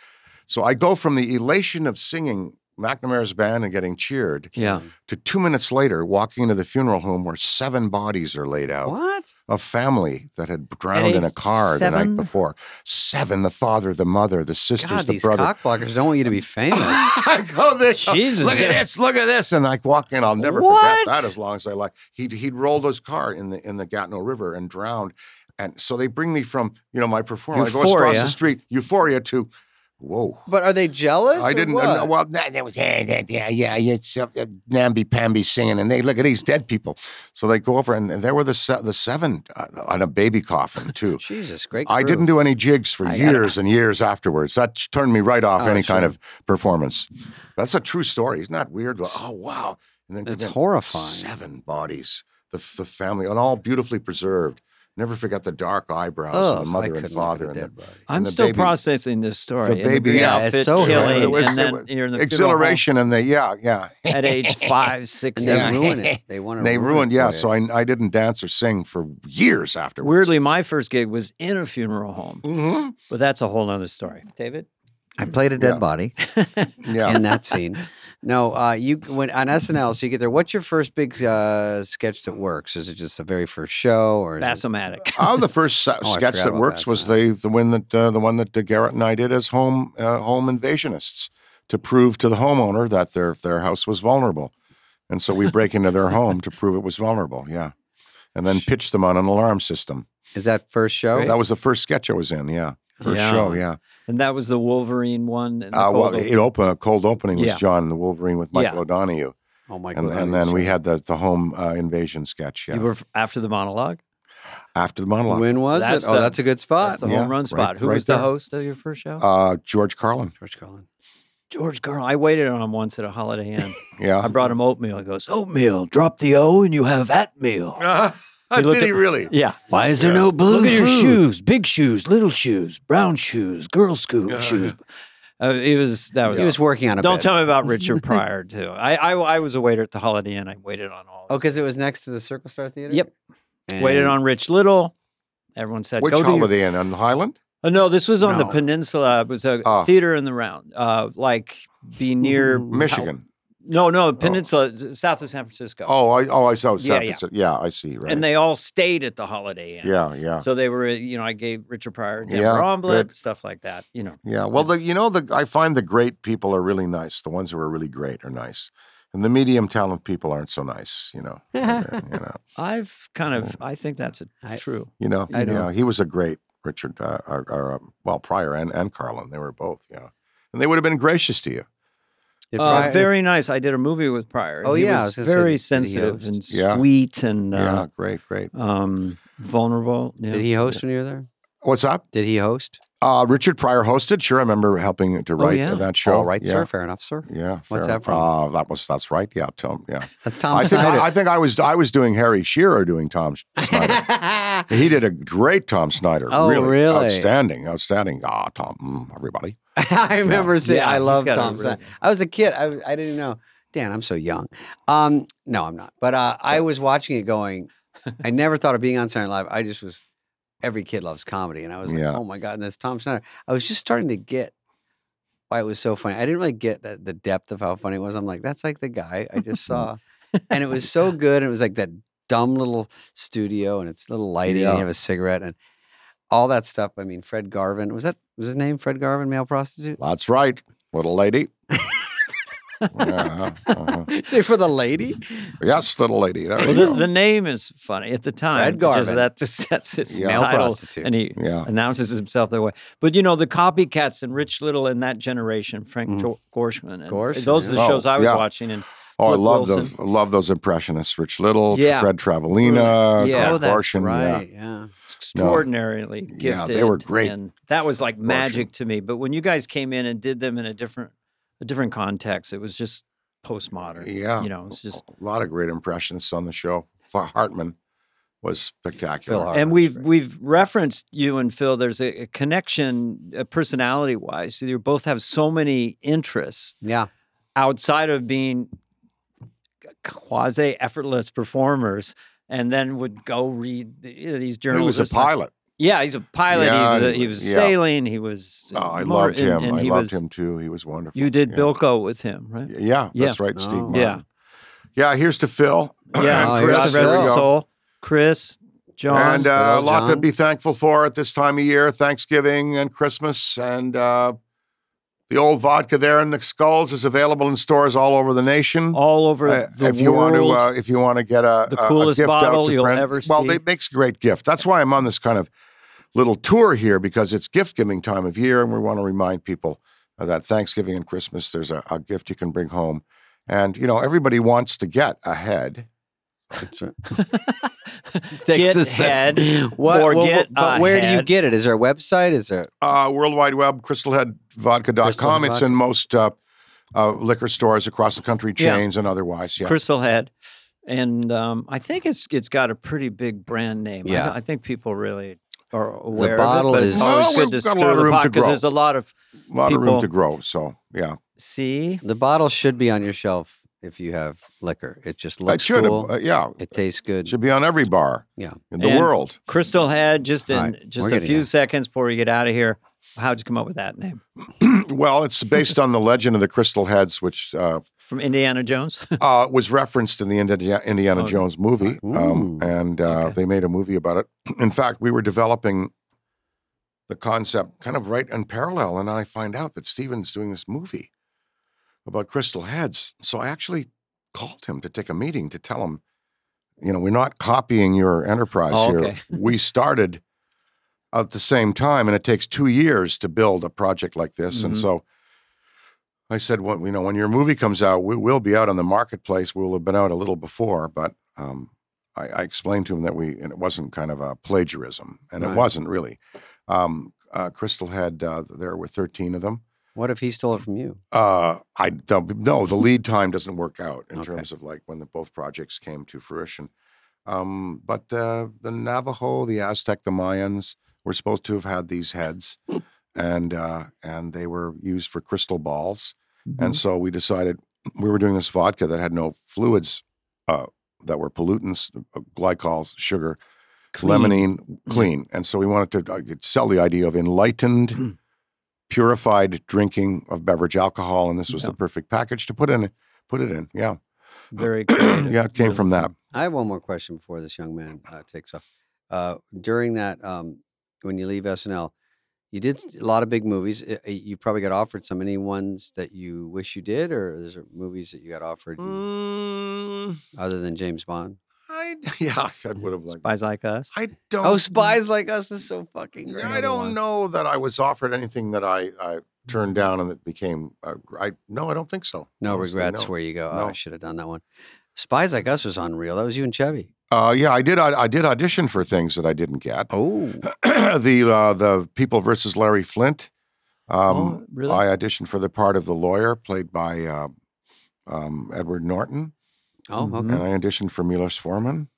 C: So I go from the elation of singing McNamara's band and getting cheered
B: Yeah.
C: to two minutes later walking into the funeral home where seven bodies are laid out
A: What?
C: a family that had drowned in a
B: age
C: car the
B: seven?
C: night before. Seven, the father, the mother, the sisters,
A: God,
C: the
A: these
C: brother.
A: cockblockers don't want you to be famous.
C: [laughs] I go this.
B: Jesus.
C: Look at this. Look at this. And I walk in. I'll never
B: What?
C: forget that as long as I like. He he rolled his car in the in the Gatineau River and drowned. And so they bring me from you know my performance. I go across
B: Euphoria.
C: the street, euphoria to, whoa.
A: But are they jealous?
C: I
A: or
C: didn't.
A: What?
C: uh, well, that, that was yeah, yeah, yeah, yeah. It's uh, uh, namby pamby singing, and they look at these dead people. So they go over, and, and there were the se- the seven uh, on a baby
A: [laughs]
C: coffin too.
A: Jesus, great.
C: I
A: crew.
C: didn't do any jigs for
A: I gotta-
C: years and years afterwards. That turned me right off
A: Oh,
C: any kind
A: sure.
C: of performance. That's a true story. It's not weird. Well, oh wow! And then
A: That's
C: come in,
A: horrifying.
C: Seven bodies. The the family, and all beautifully preserved. Never forget the dark eyebrows
A: Ugh,
C: of the
A: I
C: mother and
A: couldn't
C: father
A: look
C: and
A: at a
C: the
A: dead
C: [laughs]
A: body.
B: I'm
C: the
B: still
C: baby-
B: processing this story.
C: the
B: and
C: baby-
B: green
A: Yeah, it's
B: outfit
A: so
B: killing,
A: It was-
B: and
C: it
B: then
C: was
B: you're in the funeral home
C: exhilaration and the yeah yeah
B: at
C: [laughs]
B: age five, six,
A: And
B: seven.
A: they
C: Yeah.
A: ruin
C: [laughs]
A: it. They want to.
C: they
A: ruin
C: ruined
A: it
C: yeah
A: for
C: so
A: you.
C: I, I didn't dance or sing for years afterwards
B: Weirdly, my first gig was in a funeral home,
C: Mhm.
B: but that's a whole nother story. David?
A: I played a dead
C: Yeah.
A: body
C: [laughs]
A: [laughs]
C: yeah
A: in that scene. No, uh, you when on SNL, so you get there. What's your first big uh, sketch that works? Is it just the very first show, or is it-
B: Bassomatic.
C: Oh, the first s
A: Oh, I
C: sketch
A: forgot
C: that
A: about
C: works
A: that.
C: was the the one that uh, the one that uh, Garrett and I did as home uh, home invasionists to prove to the homeowner that their their house was vulnerable, and so we break into their home to prove it was vulnerable. Yeah, and then pitch them on an alarm system.
A: is that first show?
C: That was the first sketch I was in. Yeah, first
B: Yeah.
C: show. Yeah,
B: And that was the Wolverine one. and the
C: uh, well,
B: Golden-
C: it opened a cold opening was
B: Yeah.
C: John the Wolverine with Michael
B: Yeah.
C: O'Donoghue,
A: oh my god!
C: and, and then we had the the home uh, invasion sketch. Yeah,
B: You were f- after the monologue?
C: after the monologue.
A: When was
B: That's
A: it? Oh,
B: the-
A: that's a good spot.
B: That's the
C: Yeah,
B: home run
C: right-
B: spot. Who
C: right
B: was the
C: there.
B: host of your first show?
C: Uh, George Carlin.
A: George Carlin.
B: George Carlin. I waited on him once at a Holiday
C: [laughs]
B: Inn.
C: Yeah.
B: I brought him oatmeal. He goes, Oatmeal, drop the O and you have at meal. He looked
C: [laughs] did
B: at-
C: he really?
B: Yeah.
A: Why is there no blue
B: Look at your
A: food?
B: shoes, big shoes, little shoes, brown shoes, girl school shoes. Uh, it was that was.
A: He was working on a
B: don't
A: bit.
B: tell me about
C: [laughs]
B: Richard Pryor too. I, I I was a waiter at the Holiday Inn. I waited on all.
A: Oh, because it was next to the Circle Star Theater.
B: Yep.
A: And
B: waited on Rich Little. Everyone said
C: Which
B: go to. your-"
C: Holiday Inn on Highland?
B: Oh, no, this was on the
C: No.
B: peninsula. It was a
C: Oh.
B: theater in the round, uh, like be near
A: Mhm.
C: Mm-hmm. Michigan.
B: How- No, no, Peninsula, south of San Francisco.
C: Oh, I oh I saw San
B: Yeah, yeah.
C: Francisco. Yeah, I see. Right.
B: And they all stayed at the Holiday Inn.
C: yeah, yeah.
B: So they were, you know, I gave Richard Pryor, Deborah
C: Yeah,
B: Omelette,
C: good.
B: stuff like that. You know,
C: Yeah. Well, the you know the I find the great people are really nice. The ones who are really great are nice, and the medium talent people aren't so nice. You know. Uh, you know.
B: I've kind
C: Mm.
B: of, I think that's a,
A: I-
B: true.
C: You know.
A: I
C: you know,
A: know.
C: He was a great Richard, uh, or, or, uh, well Pryor and and Carlin. They were both. Yeah. And they would have been gracious to you.
A: If
B: Uh,
A: Brian-
B: very nice. I did a movie with Pryor.
A: Oh,
B: He
A: yeah, I
B: was
A: was gonna say,
B: very
A: did he
B: sensitive and
A: host?
C: Yeah.
B: sweet and
C: yeah.
B: uh,
C: Great. Great.
B: um, vulnerable. Yeah.
A: Did he host when you were there?
C: What's up?
A: Did he host?
C: Uh, Richard Pryor hosted. Sure, I remember helping to write
B: yeah.
C: that show.
A: All right,
C: yeah.
A: sir. Fair enough, sir.
C: Yeah.
A: What's
C: fair.
A: that from?
C: Uh, that was that's right. Yeah. Tom. Yeah.
A: That's Tom
C: I think
A: Snyder.
C: I, I think I was I was doing Harry Shearer doing Tom
A: [laughs]
C: Snyder. He did a great Tom Snyder.
A: Oh, really?
C: Outstanding, outstanding. Ah, Tom, mm, everybody.
A: [laughs] I remember saying,
B: Yeah,
A: I
B: he's
A: love
B: got a
A: Tom
B: really-
A: Snyder. I was a kid. I, I didn't know. Dan, I'm so young. Um, no, I'm not. But uh, I was watching it
B: [laughs]
A: going, I never thought of being on Saturday Night Live. I just was, every kid loves comedy. And I was like,
C: Yeah.
A: oh my God. And that's Tom Snyder. I was just starting to get why it was so funny. I didn't really get the, the depth of how funny it was. I'm like, that's like the guy I just
B: [laughs]
A: saw. and it was so good. It was like that dumb little studio and it's little lighting and
C: Yeah.
A: you have a cigarette and all that stuff. I mean, Fred Garvin, was that was his name? Fred Garvin, male prostitute?
C: That's right,
A: [laughs]
C: little lady. Yeah, uh-huh.
A: Say for the lady?
C: Yes, little lady. There
B: Well,
C: you
A: [laughs]
B: the,
C: go.
B: the name is funny at the time. Just
A: Garvin.
B: that [laughs] just sets his
C: Yeah.
A: Male
B: title,
A: prostitute.
B: and he
C: yeah,
B: announces himself that way. But you know, the copycats and Rich Little and that generation, Frank
A: Mm.
B: Gor- Gorshman, and
A: Gorshman,
B: those are the
C: yeah.
B: shows I was
C: Oh, yeah.
B: watching. And
C: oh, I
B: Flip
C: love those.
B: Wilson.
C: I love those impressionists. Rich Little,
B: Yeah.
C: Fred Travelina,
B: Yeah.
A: oh,
C: Carl
A: that's
C: Gorshin,
A: right. Yeah.
B: extraordinarily gifted.
C: Yeah, they were great.
B: and that was like magic to me. But when you guys came in and did them in a different, a different context, it was just postmodern.
C: Yeah.
B: you know, it's just.
C: A lot of great impressionists on the show. Fa- Hartman was spectacular.
A: Phil Hartman.
B: And
A: Hartman's
B: we've
A: great.
B: we've referenced you and Phil. There's a, a connection, uh, personality wise. You both have so many interests
A: Yeah.
B: outside of being quasi effortless performers. And then would go read the, you know, these
C: He
B: journals.
C: was a
B: or something.
C: pilot.
B: Yeah, he's a pilot.
C: Yeah,
B: he was,
C: he
B: he
C: was-
B: was
C: yeah.
B: sailing. He was.
C: Oh, I
B: more-
C: loved
B: and-
C: him.
B: and
C: I
B: he
C: loved
B: was-
C: him too. He was wonderful.
B: You did
C: Yeah.
B: Bilko with him, right?
C: Yeah,
B: Yeah.
C: that's right, Steve.
A: Oh.
C: Martin.
B: Yeah,
C: Yeah, here's to Phil. [clears throat]
B: yeah.
A: Oh,
C: And
A: here's
B: God
A: to
B: rest
A: Phil.
B: his soul, Chris, John.
C: And uh, a
A: Phil,
C: lot to
A: John.
C: be thankful for at this time of year Thanksgiving and Christmas. And uh, the old vodka there in the skulls is available in stores all over the nation.
B: all over
C: Uh,
B: the
C: if you
B: world.
C: want to, uh, if you want to get a
B: The
C: a- a
B: coolest
C: gift out
B: bottle
C: to
B: you'll
C: friends-
B: ever
C: Well,
B: see.
C: they- it makes a great gift. That's why I'm on this kind of little tour here because it's gift giving time of year, and we want to remind people that Thanksgiving and Christmas there's a, a gift you can bring home, and you know everybody wants to get ahead.
A: That's [laughs] right.
B: Get
A: a sip.
B: head
A: What,
B: or
A: what-
B: get
A: but where do you
B: ahead.
A: get it? Is there a website? Is there
C: Uh, World Wide Web, crystalheadvodka.com.
A: Crystal Head
C: it's in most uh, uh, liquor stores across the country,
B: Yeah.
C: chains and otherwise. Yeah.
B: Crystal Head, and um, I think it's it's got a pretty big brand name. I
A: Yeah.
B: don't- I, think people really are aware.
A: bottle
B: of it, but
A: is-
B: it's always
C: Oh,
B: good to
C: we've got a
B: stir
C: lot of
B: the
C: room
B: pot
C: to
B: because
C: grow.
B: there's a lot of
C: a lot of room
B: people-
C: to grow. So, yeah.
B: see.
A: the bottle should be on your shelf if you have liquor. It just
C: That
A: looks
C: should,
A: cool.
C: uh, yeah.
A: it tastes good.
C: It should be on every bar
A: yeah.
C: in the
B: And-
C: world.
B: Crystal Head, just in
A: All right,
B: just
A: we're
B: a
A: getting
B: few
A: there.
B: seconds before we get out of here. How'd you come up with that name?
C: well, it's based on the legend of the Crystal Heads, which uh,
B: From Indiana Jones? [laughs]
C: uh, was referenced in the Indiana, Indiana
B: Oh.
C: Jones movie, um,
A: Ooh.
C: and uh,
B: Okay.
C: they made a movie about it. In fact, we were developing the concept kind of right in parallel, and I find out that Steven's doing this movie about crystal heads. So I actually called him to take a meeting to tell him, you know, we're not copying your enterprise
B: Oh,
C: here.
B: okay.
C: we started at the same time, and it takes two years to build a project like this, and
B: Mhm.
C: so. I said, well, you know, when your movie comes out, we will be out on the marketplace. We will have been out a little before, but um, I, I explained to him that we, and it wasn't kind of a plagiarism, and it
A: Right.
C: wasn't really. Um, uh, Crystal had, uh, there were 13 of them.
A: What if he stole it from you?
C: Uh, I don't, no, the lead time doesn't work out in
A: Okay.
C: terms of like when the both projects came to fruition. Um, but uh, the Navajo, the Aztec, the Mayans were supposed to have had these heads, and uh, and they were used for crystal balls.
A: [laughs]
C: And so we decided we were doing this vodka that had no fluids uh, that were pollutants, uh, glycol, sugar, lemonine, clean. And so we wanted to uh, sell the idea of Mm-hmm. enlightened, purified drinking of beverage alcohol. And this was the
B: Yeah.
C: perfect package to put in Put it in. [clears throat] Yeah.
B: Very creative.
C: yeah, it came from that.
A: I have one more question before this young man uh, takes off. Uh, during that, um, when you leave SNL, you did s- a lot of big movies. I- I- You probably got offered some. Any ones that you wish you did, or is there movies that you got offered you-
D: Mm,
A: other than James Bond?
C: I [laughs] yeah, I would have liked.
B: Spies like us.
C: I don't.
A: Oh, Spies Like Us was so fucking great.
C: Yeah, I don't know that I was offered anything that I, I turned down and it became. Uh, I no, I don't think so.
A: No
C: Honestly,
A: regrets
C: no.
A: where you go. Oh, I
C: No.
A: should have done that one. Spies Like Us was unreal. That was you and Chevy.
C: Uh, yeah, I did. I, I did audition for things that I didn't get. [clears throat]
A: Oh,
C: the uh, the People versus Larry Flint. Um,
B: oh, really?
C: I auditioned for the part of the lawyer played by uh, um, Edward Norton,
A: oh, okay.
B: Mhm.
C: [laughs] and I auditioned for Milos Forman.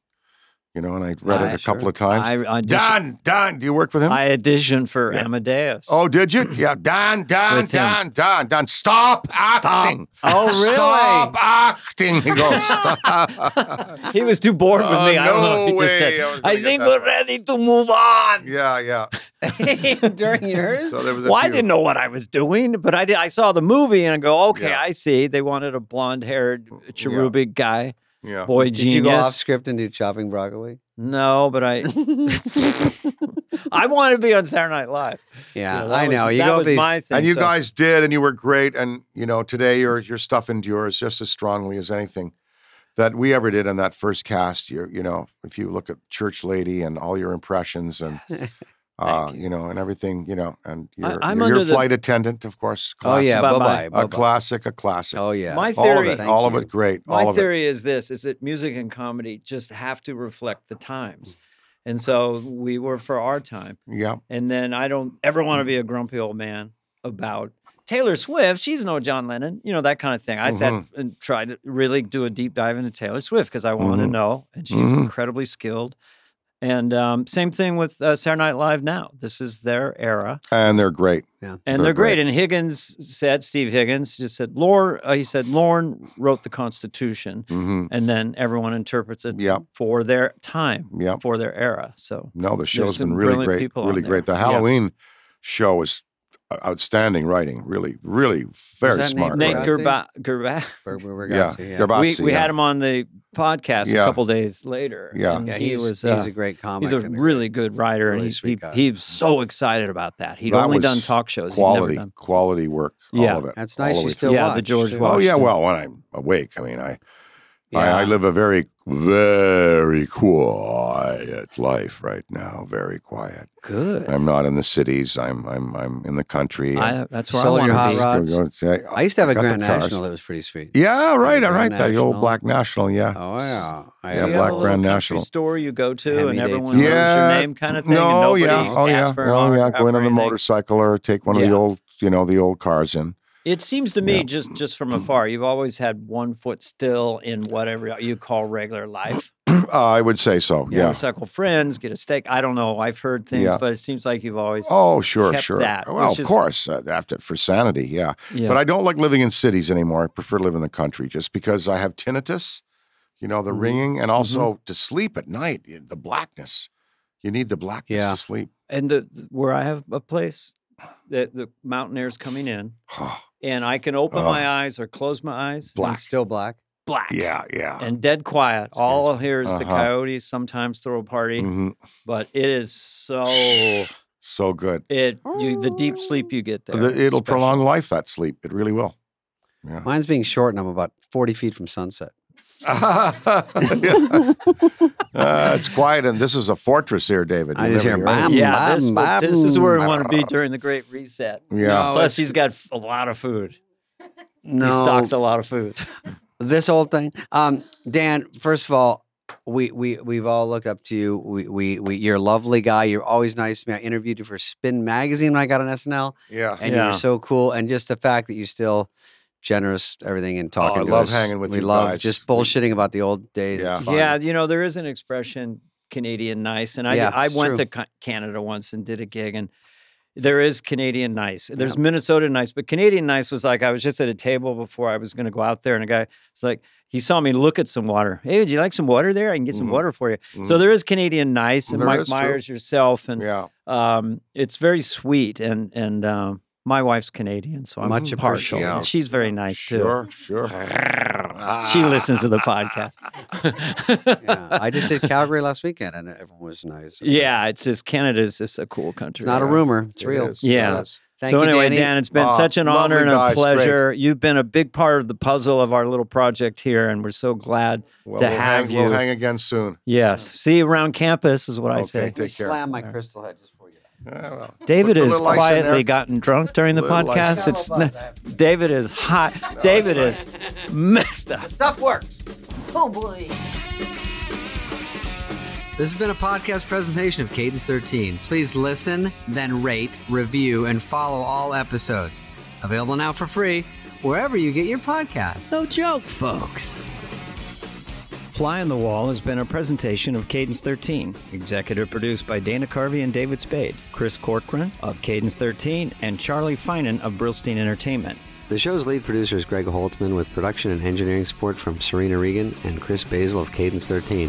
C: You know, and I read it
A: Ah,
C: a couple
A: sure.
C: of times.
B: I auditioned,
C: Don, Don, do you work with him?
B: I auditioned for
C: Yeah.
B: Amadeus.
C: Oh, did you? Yeah,
B: [clears throat]
C: Don, Don,
B: With him.
C: Don, Don, Don. Stop,
B: Stop.
C: acting.
A: Oh, really?
C: Stop acting. He goes,
B: [laughs]
C: [laughs] stop.
B: he was too bored with
C: Oh,
B: me. I don't know
C: no
B: if he just
C: way. I was
B: said,
C: gonna
B: I
C: get
B: think
C: that
B: we're
C: one."
B: ready to move on.
C: yeah, yeah. [laughs]
A: During [laughs] yours?
C: So there was. A
B: Well, I
C: few.
B: didn't know what I was doing, but I did. I saw the movie and I go, okay,
C: Yeah.
B: I see. They wanted a blonde-haired cherubic guy,
C: Yeah.
B: boy
A: Did
B: genius.
A: you go off script and do Chopping Broccoli?
B: No, but I, I wanted to be on Saturday Night Live.
A: Yeah,
B: that
A: I
B: was-
A: know. you
B: that
A: go
B: was
A: these, Oh,
B: my thing.
C: And you
B: so-
C: guys did, and you were great. And you know, today your your stuff endures just as strongly as anything that we ever did in that first cast. You you know, if you look at Church Lady and all your impressions and.
B: Yes. [laughs]
C: Uh,
B: Thank
C: you know, and everything, you know, and
B: I-
C: your,
B: I'm
C: your, your
B: under the-
C: flight attendant, of course.
A: Oh yeah,
B: Bye-bye.
A: bye bye.
C: a classic, a classic.
A: Oh yeah.
B: My
C: all of
B: theory-
C: it,
A: Thank
C: all of
A: you.
C: it, great. all
B: My
C: of
B: theory is this: is that music and comedy just have to reflect the times, and so we were for our time.
C: it. Yeah,
B: And then I don't ever want to be a grumpy old man about Taylor Swift. She's no John Lennon, you know that kind of thing. I sat and tried to really do a deep dive into Taylor Swift because I want to
C: Mhm.
B: know, and she's
C: Mhm.
B: incredibly skilled. And um, same thing with uh, Saturday Night Live now. This is their era.
C: and they're great.
B: and
C: They're
B: they're great.
C: great.
B: And Higgins said, Steve Higgins just said, Lorne, uh, he said, Lorne wrote the Constitution,
C: hmm
B: and then everyone interprets it
C: Yep,
B: for their time,
C: yep.
B: for their era. So
C: No, the show's
B: some
C: been really
B: brilliant
C: great,
B: people on
C: really
B: there.
C: great. The
B: Yeah.
C: Halloween show was outstanding writing. Really, really very
A: that
C: smart.
A: Nate
B: Nate
C: writing.
B: Gerba,
A: Bargatze?
B: Gerba,
C: Yeah,
A: Bergazzi, yeah.
C: Gerba-
B: we, we
C: yeah.
B: had him on the podcast
C: Yeah.
B: a couple days later.
C: Yeah.
B: and
A: Yeah,
B: he
A: he's,
B: was.
A: he's
B: uh,
A: a great comic.
B: He's a
A: and
B: really good writer,
A: really
B: and
A: sweet
B: he,
A: guy.
B: he, he's so excited about that. He'd
C: That
B: only
C: was
B: done talk shows. He'd never
C: quality,
B: done-
C: quality work.
B: Yeah.
C: All of it.
A: That's
C: all
A: nice.
C: the
A: You
C: way
A: still
C: through.
B: Yeah, the
A: watch,
B: George
A: too.
B: Washington.
C: Oh yeah,
B: Washington.
C: well, when I'm awake, I mean, I, I, I
A: Yeah.
C: live a very, very quiet life right now. Very quiet.
B: good.
C: I'm not in the cities. I'm, I'm, I'm in the country.
B: I, that's where
A: Sell
B: I
A: your
B: want
A: hot
B: to be.
A: rod. rods. I used to have a
C: got the
A: Grand
C: cars.
A: National that was pretty sweet.
C: Yeah, right, all right.
A: Grand
C: The old
A: National.
C: Black National, yeah.
A: Oh yeah. I,
C: Yeah,
B: Do you have a
C: Black
B: little
C: Grand
B: country
C: National.
B: store you go to
A: Hand
B: and
A: me dates.
B: everyone knows
C: Yeah.
B: your name kind of thing. and
C: no,
B: nobody
C: yeah, oh yeah,
B: asks for an
C: oh yeah.
B: autograph
C: Going
B: or
C: on the
B: anything.
C: motorcycle or take one of
B: Yeah.
C: the old, you know, the old cars in. [clears throat]
B: It seems to me
C: Yeah.
B: just just from afar, you've always had one foot still in whatever you call regular life.
C: uh, I would say so. Yeah.
B: Motorcycle friends get a steak. I don't know. I've heard things,
C: Yeah.
B: but it seems like you've always.
C: Oh, sure,
B: kept
C: sure.
B: that,
C: well,
B: which
C: of
B: is-
C: course, uh, after for sanity, yeah.
B: yeah.
C: But I don't like living in cities anymore. I prefer to live in the country, just because I have tinnitus, you know, the
B: Mhm.
C: ringing, and also to sleep at night, y- the blackness. You need the blackness
A: Yeah.
C: to sleep. [sighs]
B: and the where I have a place that the mountain air's coming in, and I can open
C: Oh.
B: my eyes or close my eyes.
C: Black.
A: He's still black.
B: Black.
C: yeah, yeah.
B: And dead quiet.
A: Scares
B: All I'll hear is the
C: Uh-huh.
B: coyotes sometimes throw a party,
C: Mhm.
B: but it is so
C: so good.
B: It you, the deep sleep you get there.
C: The-
B: is
C: it'll
B: special.
C: prolong life. That sleep, it really will. Yeah.
A: Mine's being short, and I'm about forty feet from
C: [laughs]
A: sunset.
C: uh, it's quiet, and this is a fortress here, David.
A: I
C: You
A: just
C: never
A: hear
C: it.
A: bam.
B: Yeah, this, was- this is where we want to be
C: Bam.
B: during the Great Reset.
C: Yeah.
A: No,
B: Plus,
A: it's-
B: he's got f- a lot of food. He
A: No,
B: stocks a lot of food.
A: this whole thing. Um, Dan, first of all, we we we've all looked up to you. We we, we you're a lovely guy. You're always nice to me. I interviewed you for Spin Magazine when I got on SNL,
C: Yeah.
A: and
B: Yeah.
A: you're so cool. And just the fact that you still generous, everything, and talking.
C: Oh, I
A: to
C: love
A: us.
C: hanging with
A: we
C: you
A: love
C: guys.
A: just
C: We-
A: bullshitting about the old days.
C: Yeah.
A: It's fun.
B: Yeah, you know there is an expression Canadian nice, and I
A: Yeah,
B: I
A: it's
B: went
A: true.
B: to Ca- Canada once and did a gig, and there is Canadian nice. There's Minnesota nice, but Canadian nice was like I was just at a table before I was going to go out there, and a guy was like he saw me look at some water. Hey, would you like some water there? I can get some
A: Mm-hmm.
C: Mhm.
B: water for you. So
C: Mhm.
B: there is Canadian nice, and
C: There
B: Mike
C: is, true.
B: Myers yourself, and
C: yeah.
B: um, it's very sweet and and um, My wife's Canadian, so I'm
A: Much
B: partial.
A: appreciated.
B: and She's very nice
C: sure, sure. Ah,
B: too. She listens to the podcast.
A: Ah. [laughs] yeah. I
B: [laughs]
A: just did Calgary last weekend, and everyone was
C: [laughs]
A: nice.
B: yeah, it's just Canada's just a cool country.
A: It's not a rumor. It's
C: It
A: real.
C: is, it
B: Yeah.
C: is.
A: Thank
B: so
A: you,
B: anyway,
A: Danny.
B: Dan, it's been
C: Ah,
B: such an honor
C: lovely
B: and a
C: guys, great.
B: pleasure. You've been a big part of the puzzle of our little project here, and we're so glad.
C: Well,
B: To
C: we'll
B: have
C: hang, We'll
B: you.
C: hang again soon.
B: Yes, see you around campus is what I
C: Okay.
B: say.
A: We
C: Take care.
A: slammed my crystal head just for you.
C: Yeah, well,
B: David
C: put a
B: has
C: little ice in
B: quietly
C: there.
B: gotten drunk during the
C: Little ice.
B: podcast. It's n- David is hot. David is messed up.
A: Stuff works. Oh boy. This has been a podcast presentation of Cadence 13. Please listen, then rate, review, and follow all episodes. Available now for free wherever you get your podcast.
B: No joke, folks. Fly on the Wall has been a presentation of Cadence 13, executive produced by Dana Carvey and David Spade, Chris Corcoran of Cadence 13, and Charlie Finan of Brillstein Entertainment.
A: The show's lead producer is Greg Holtzman with production and engineering support from Serena Regan and Chris Basil of Cadence 13.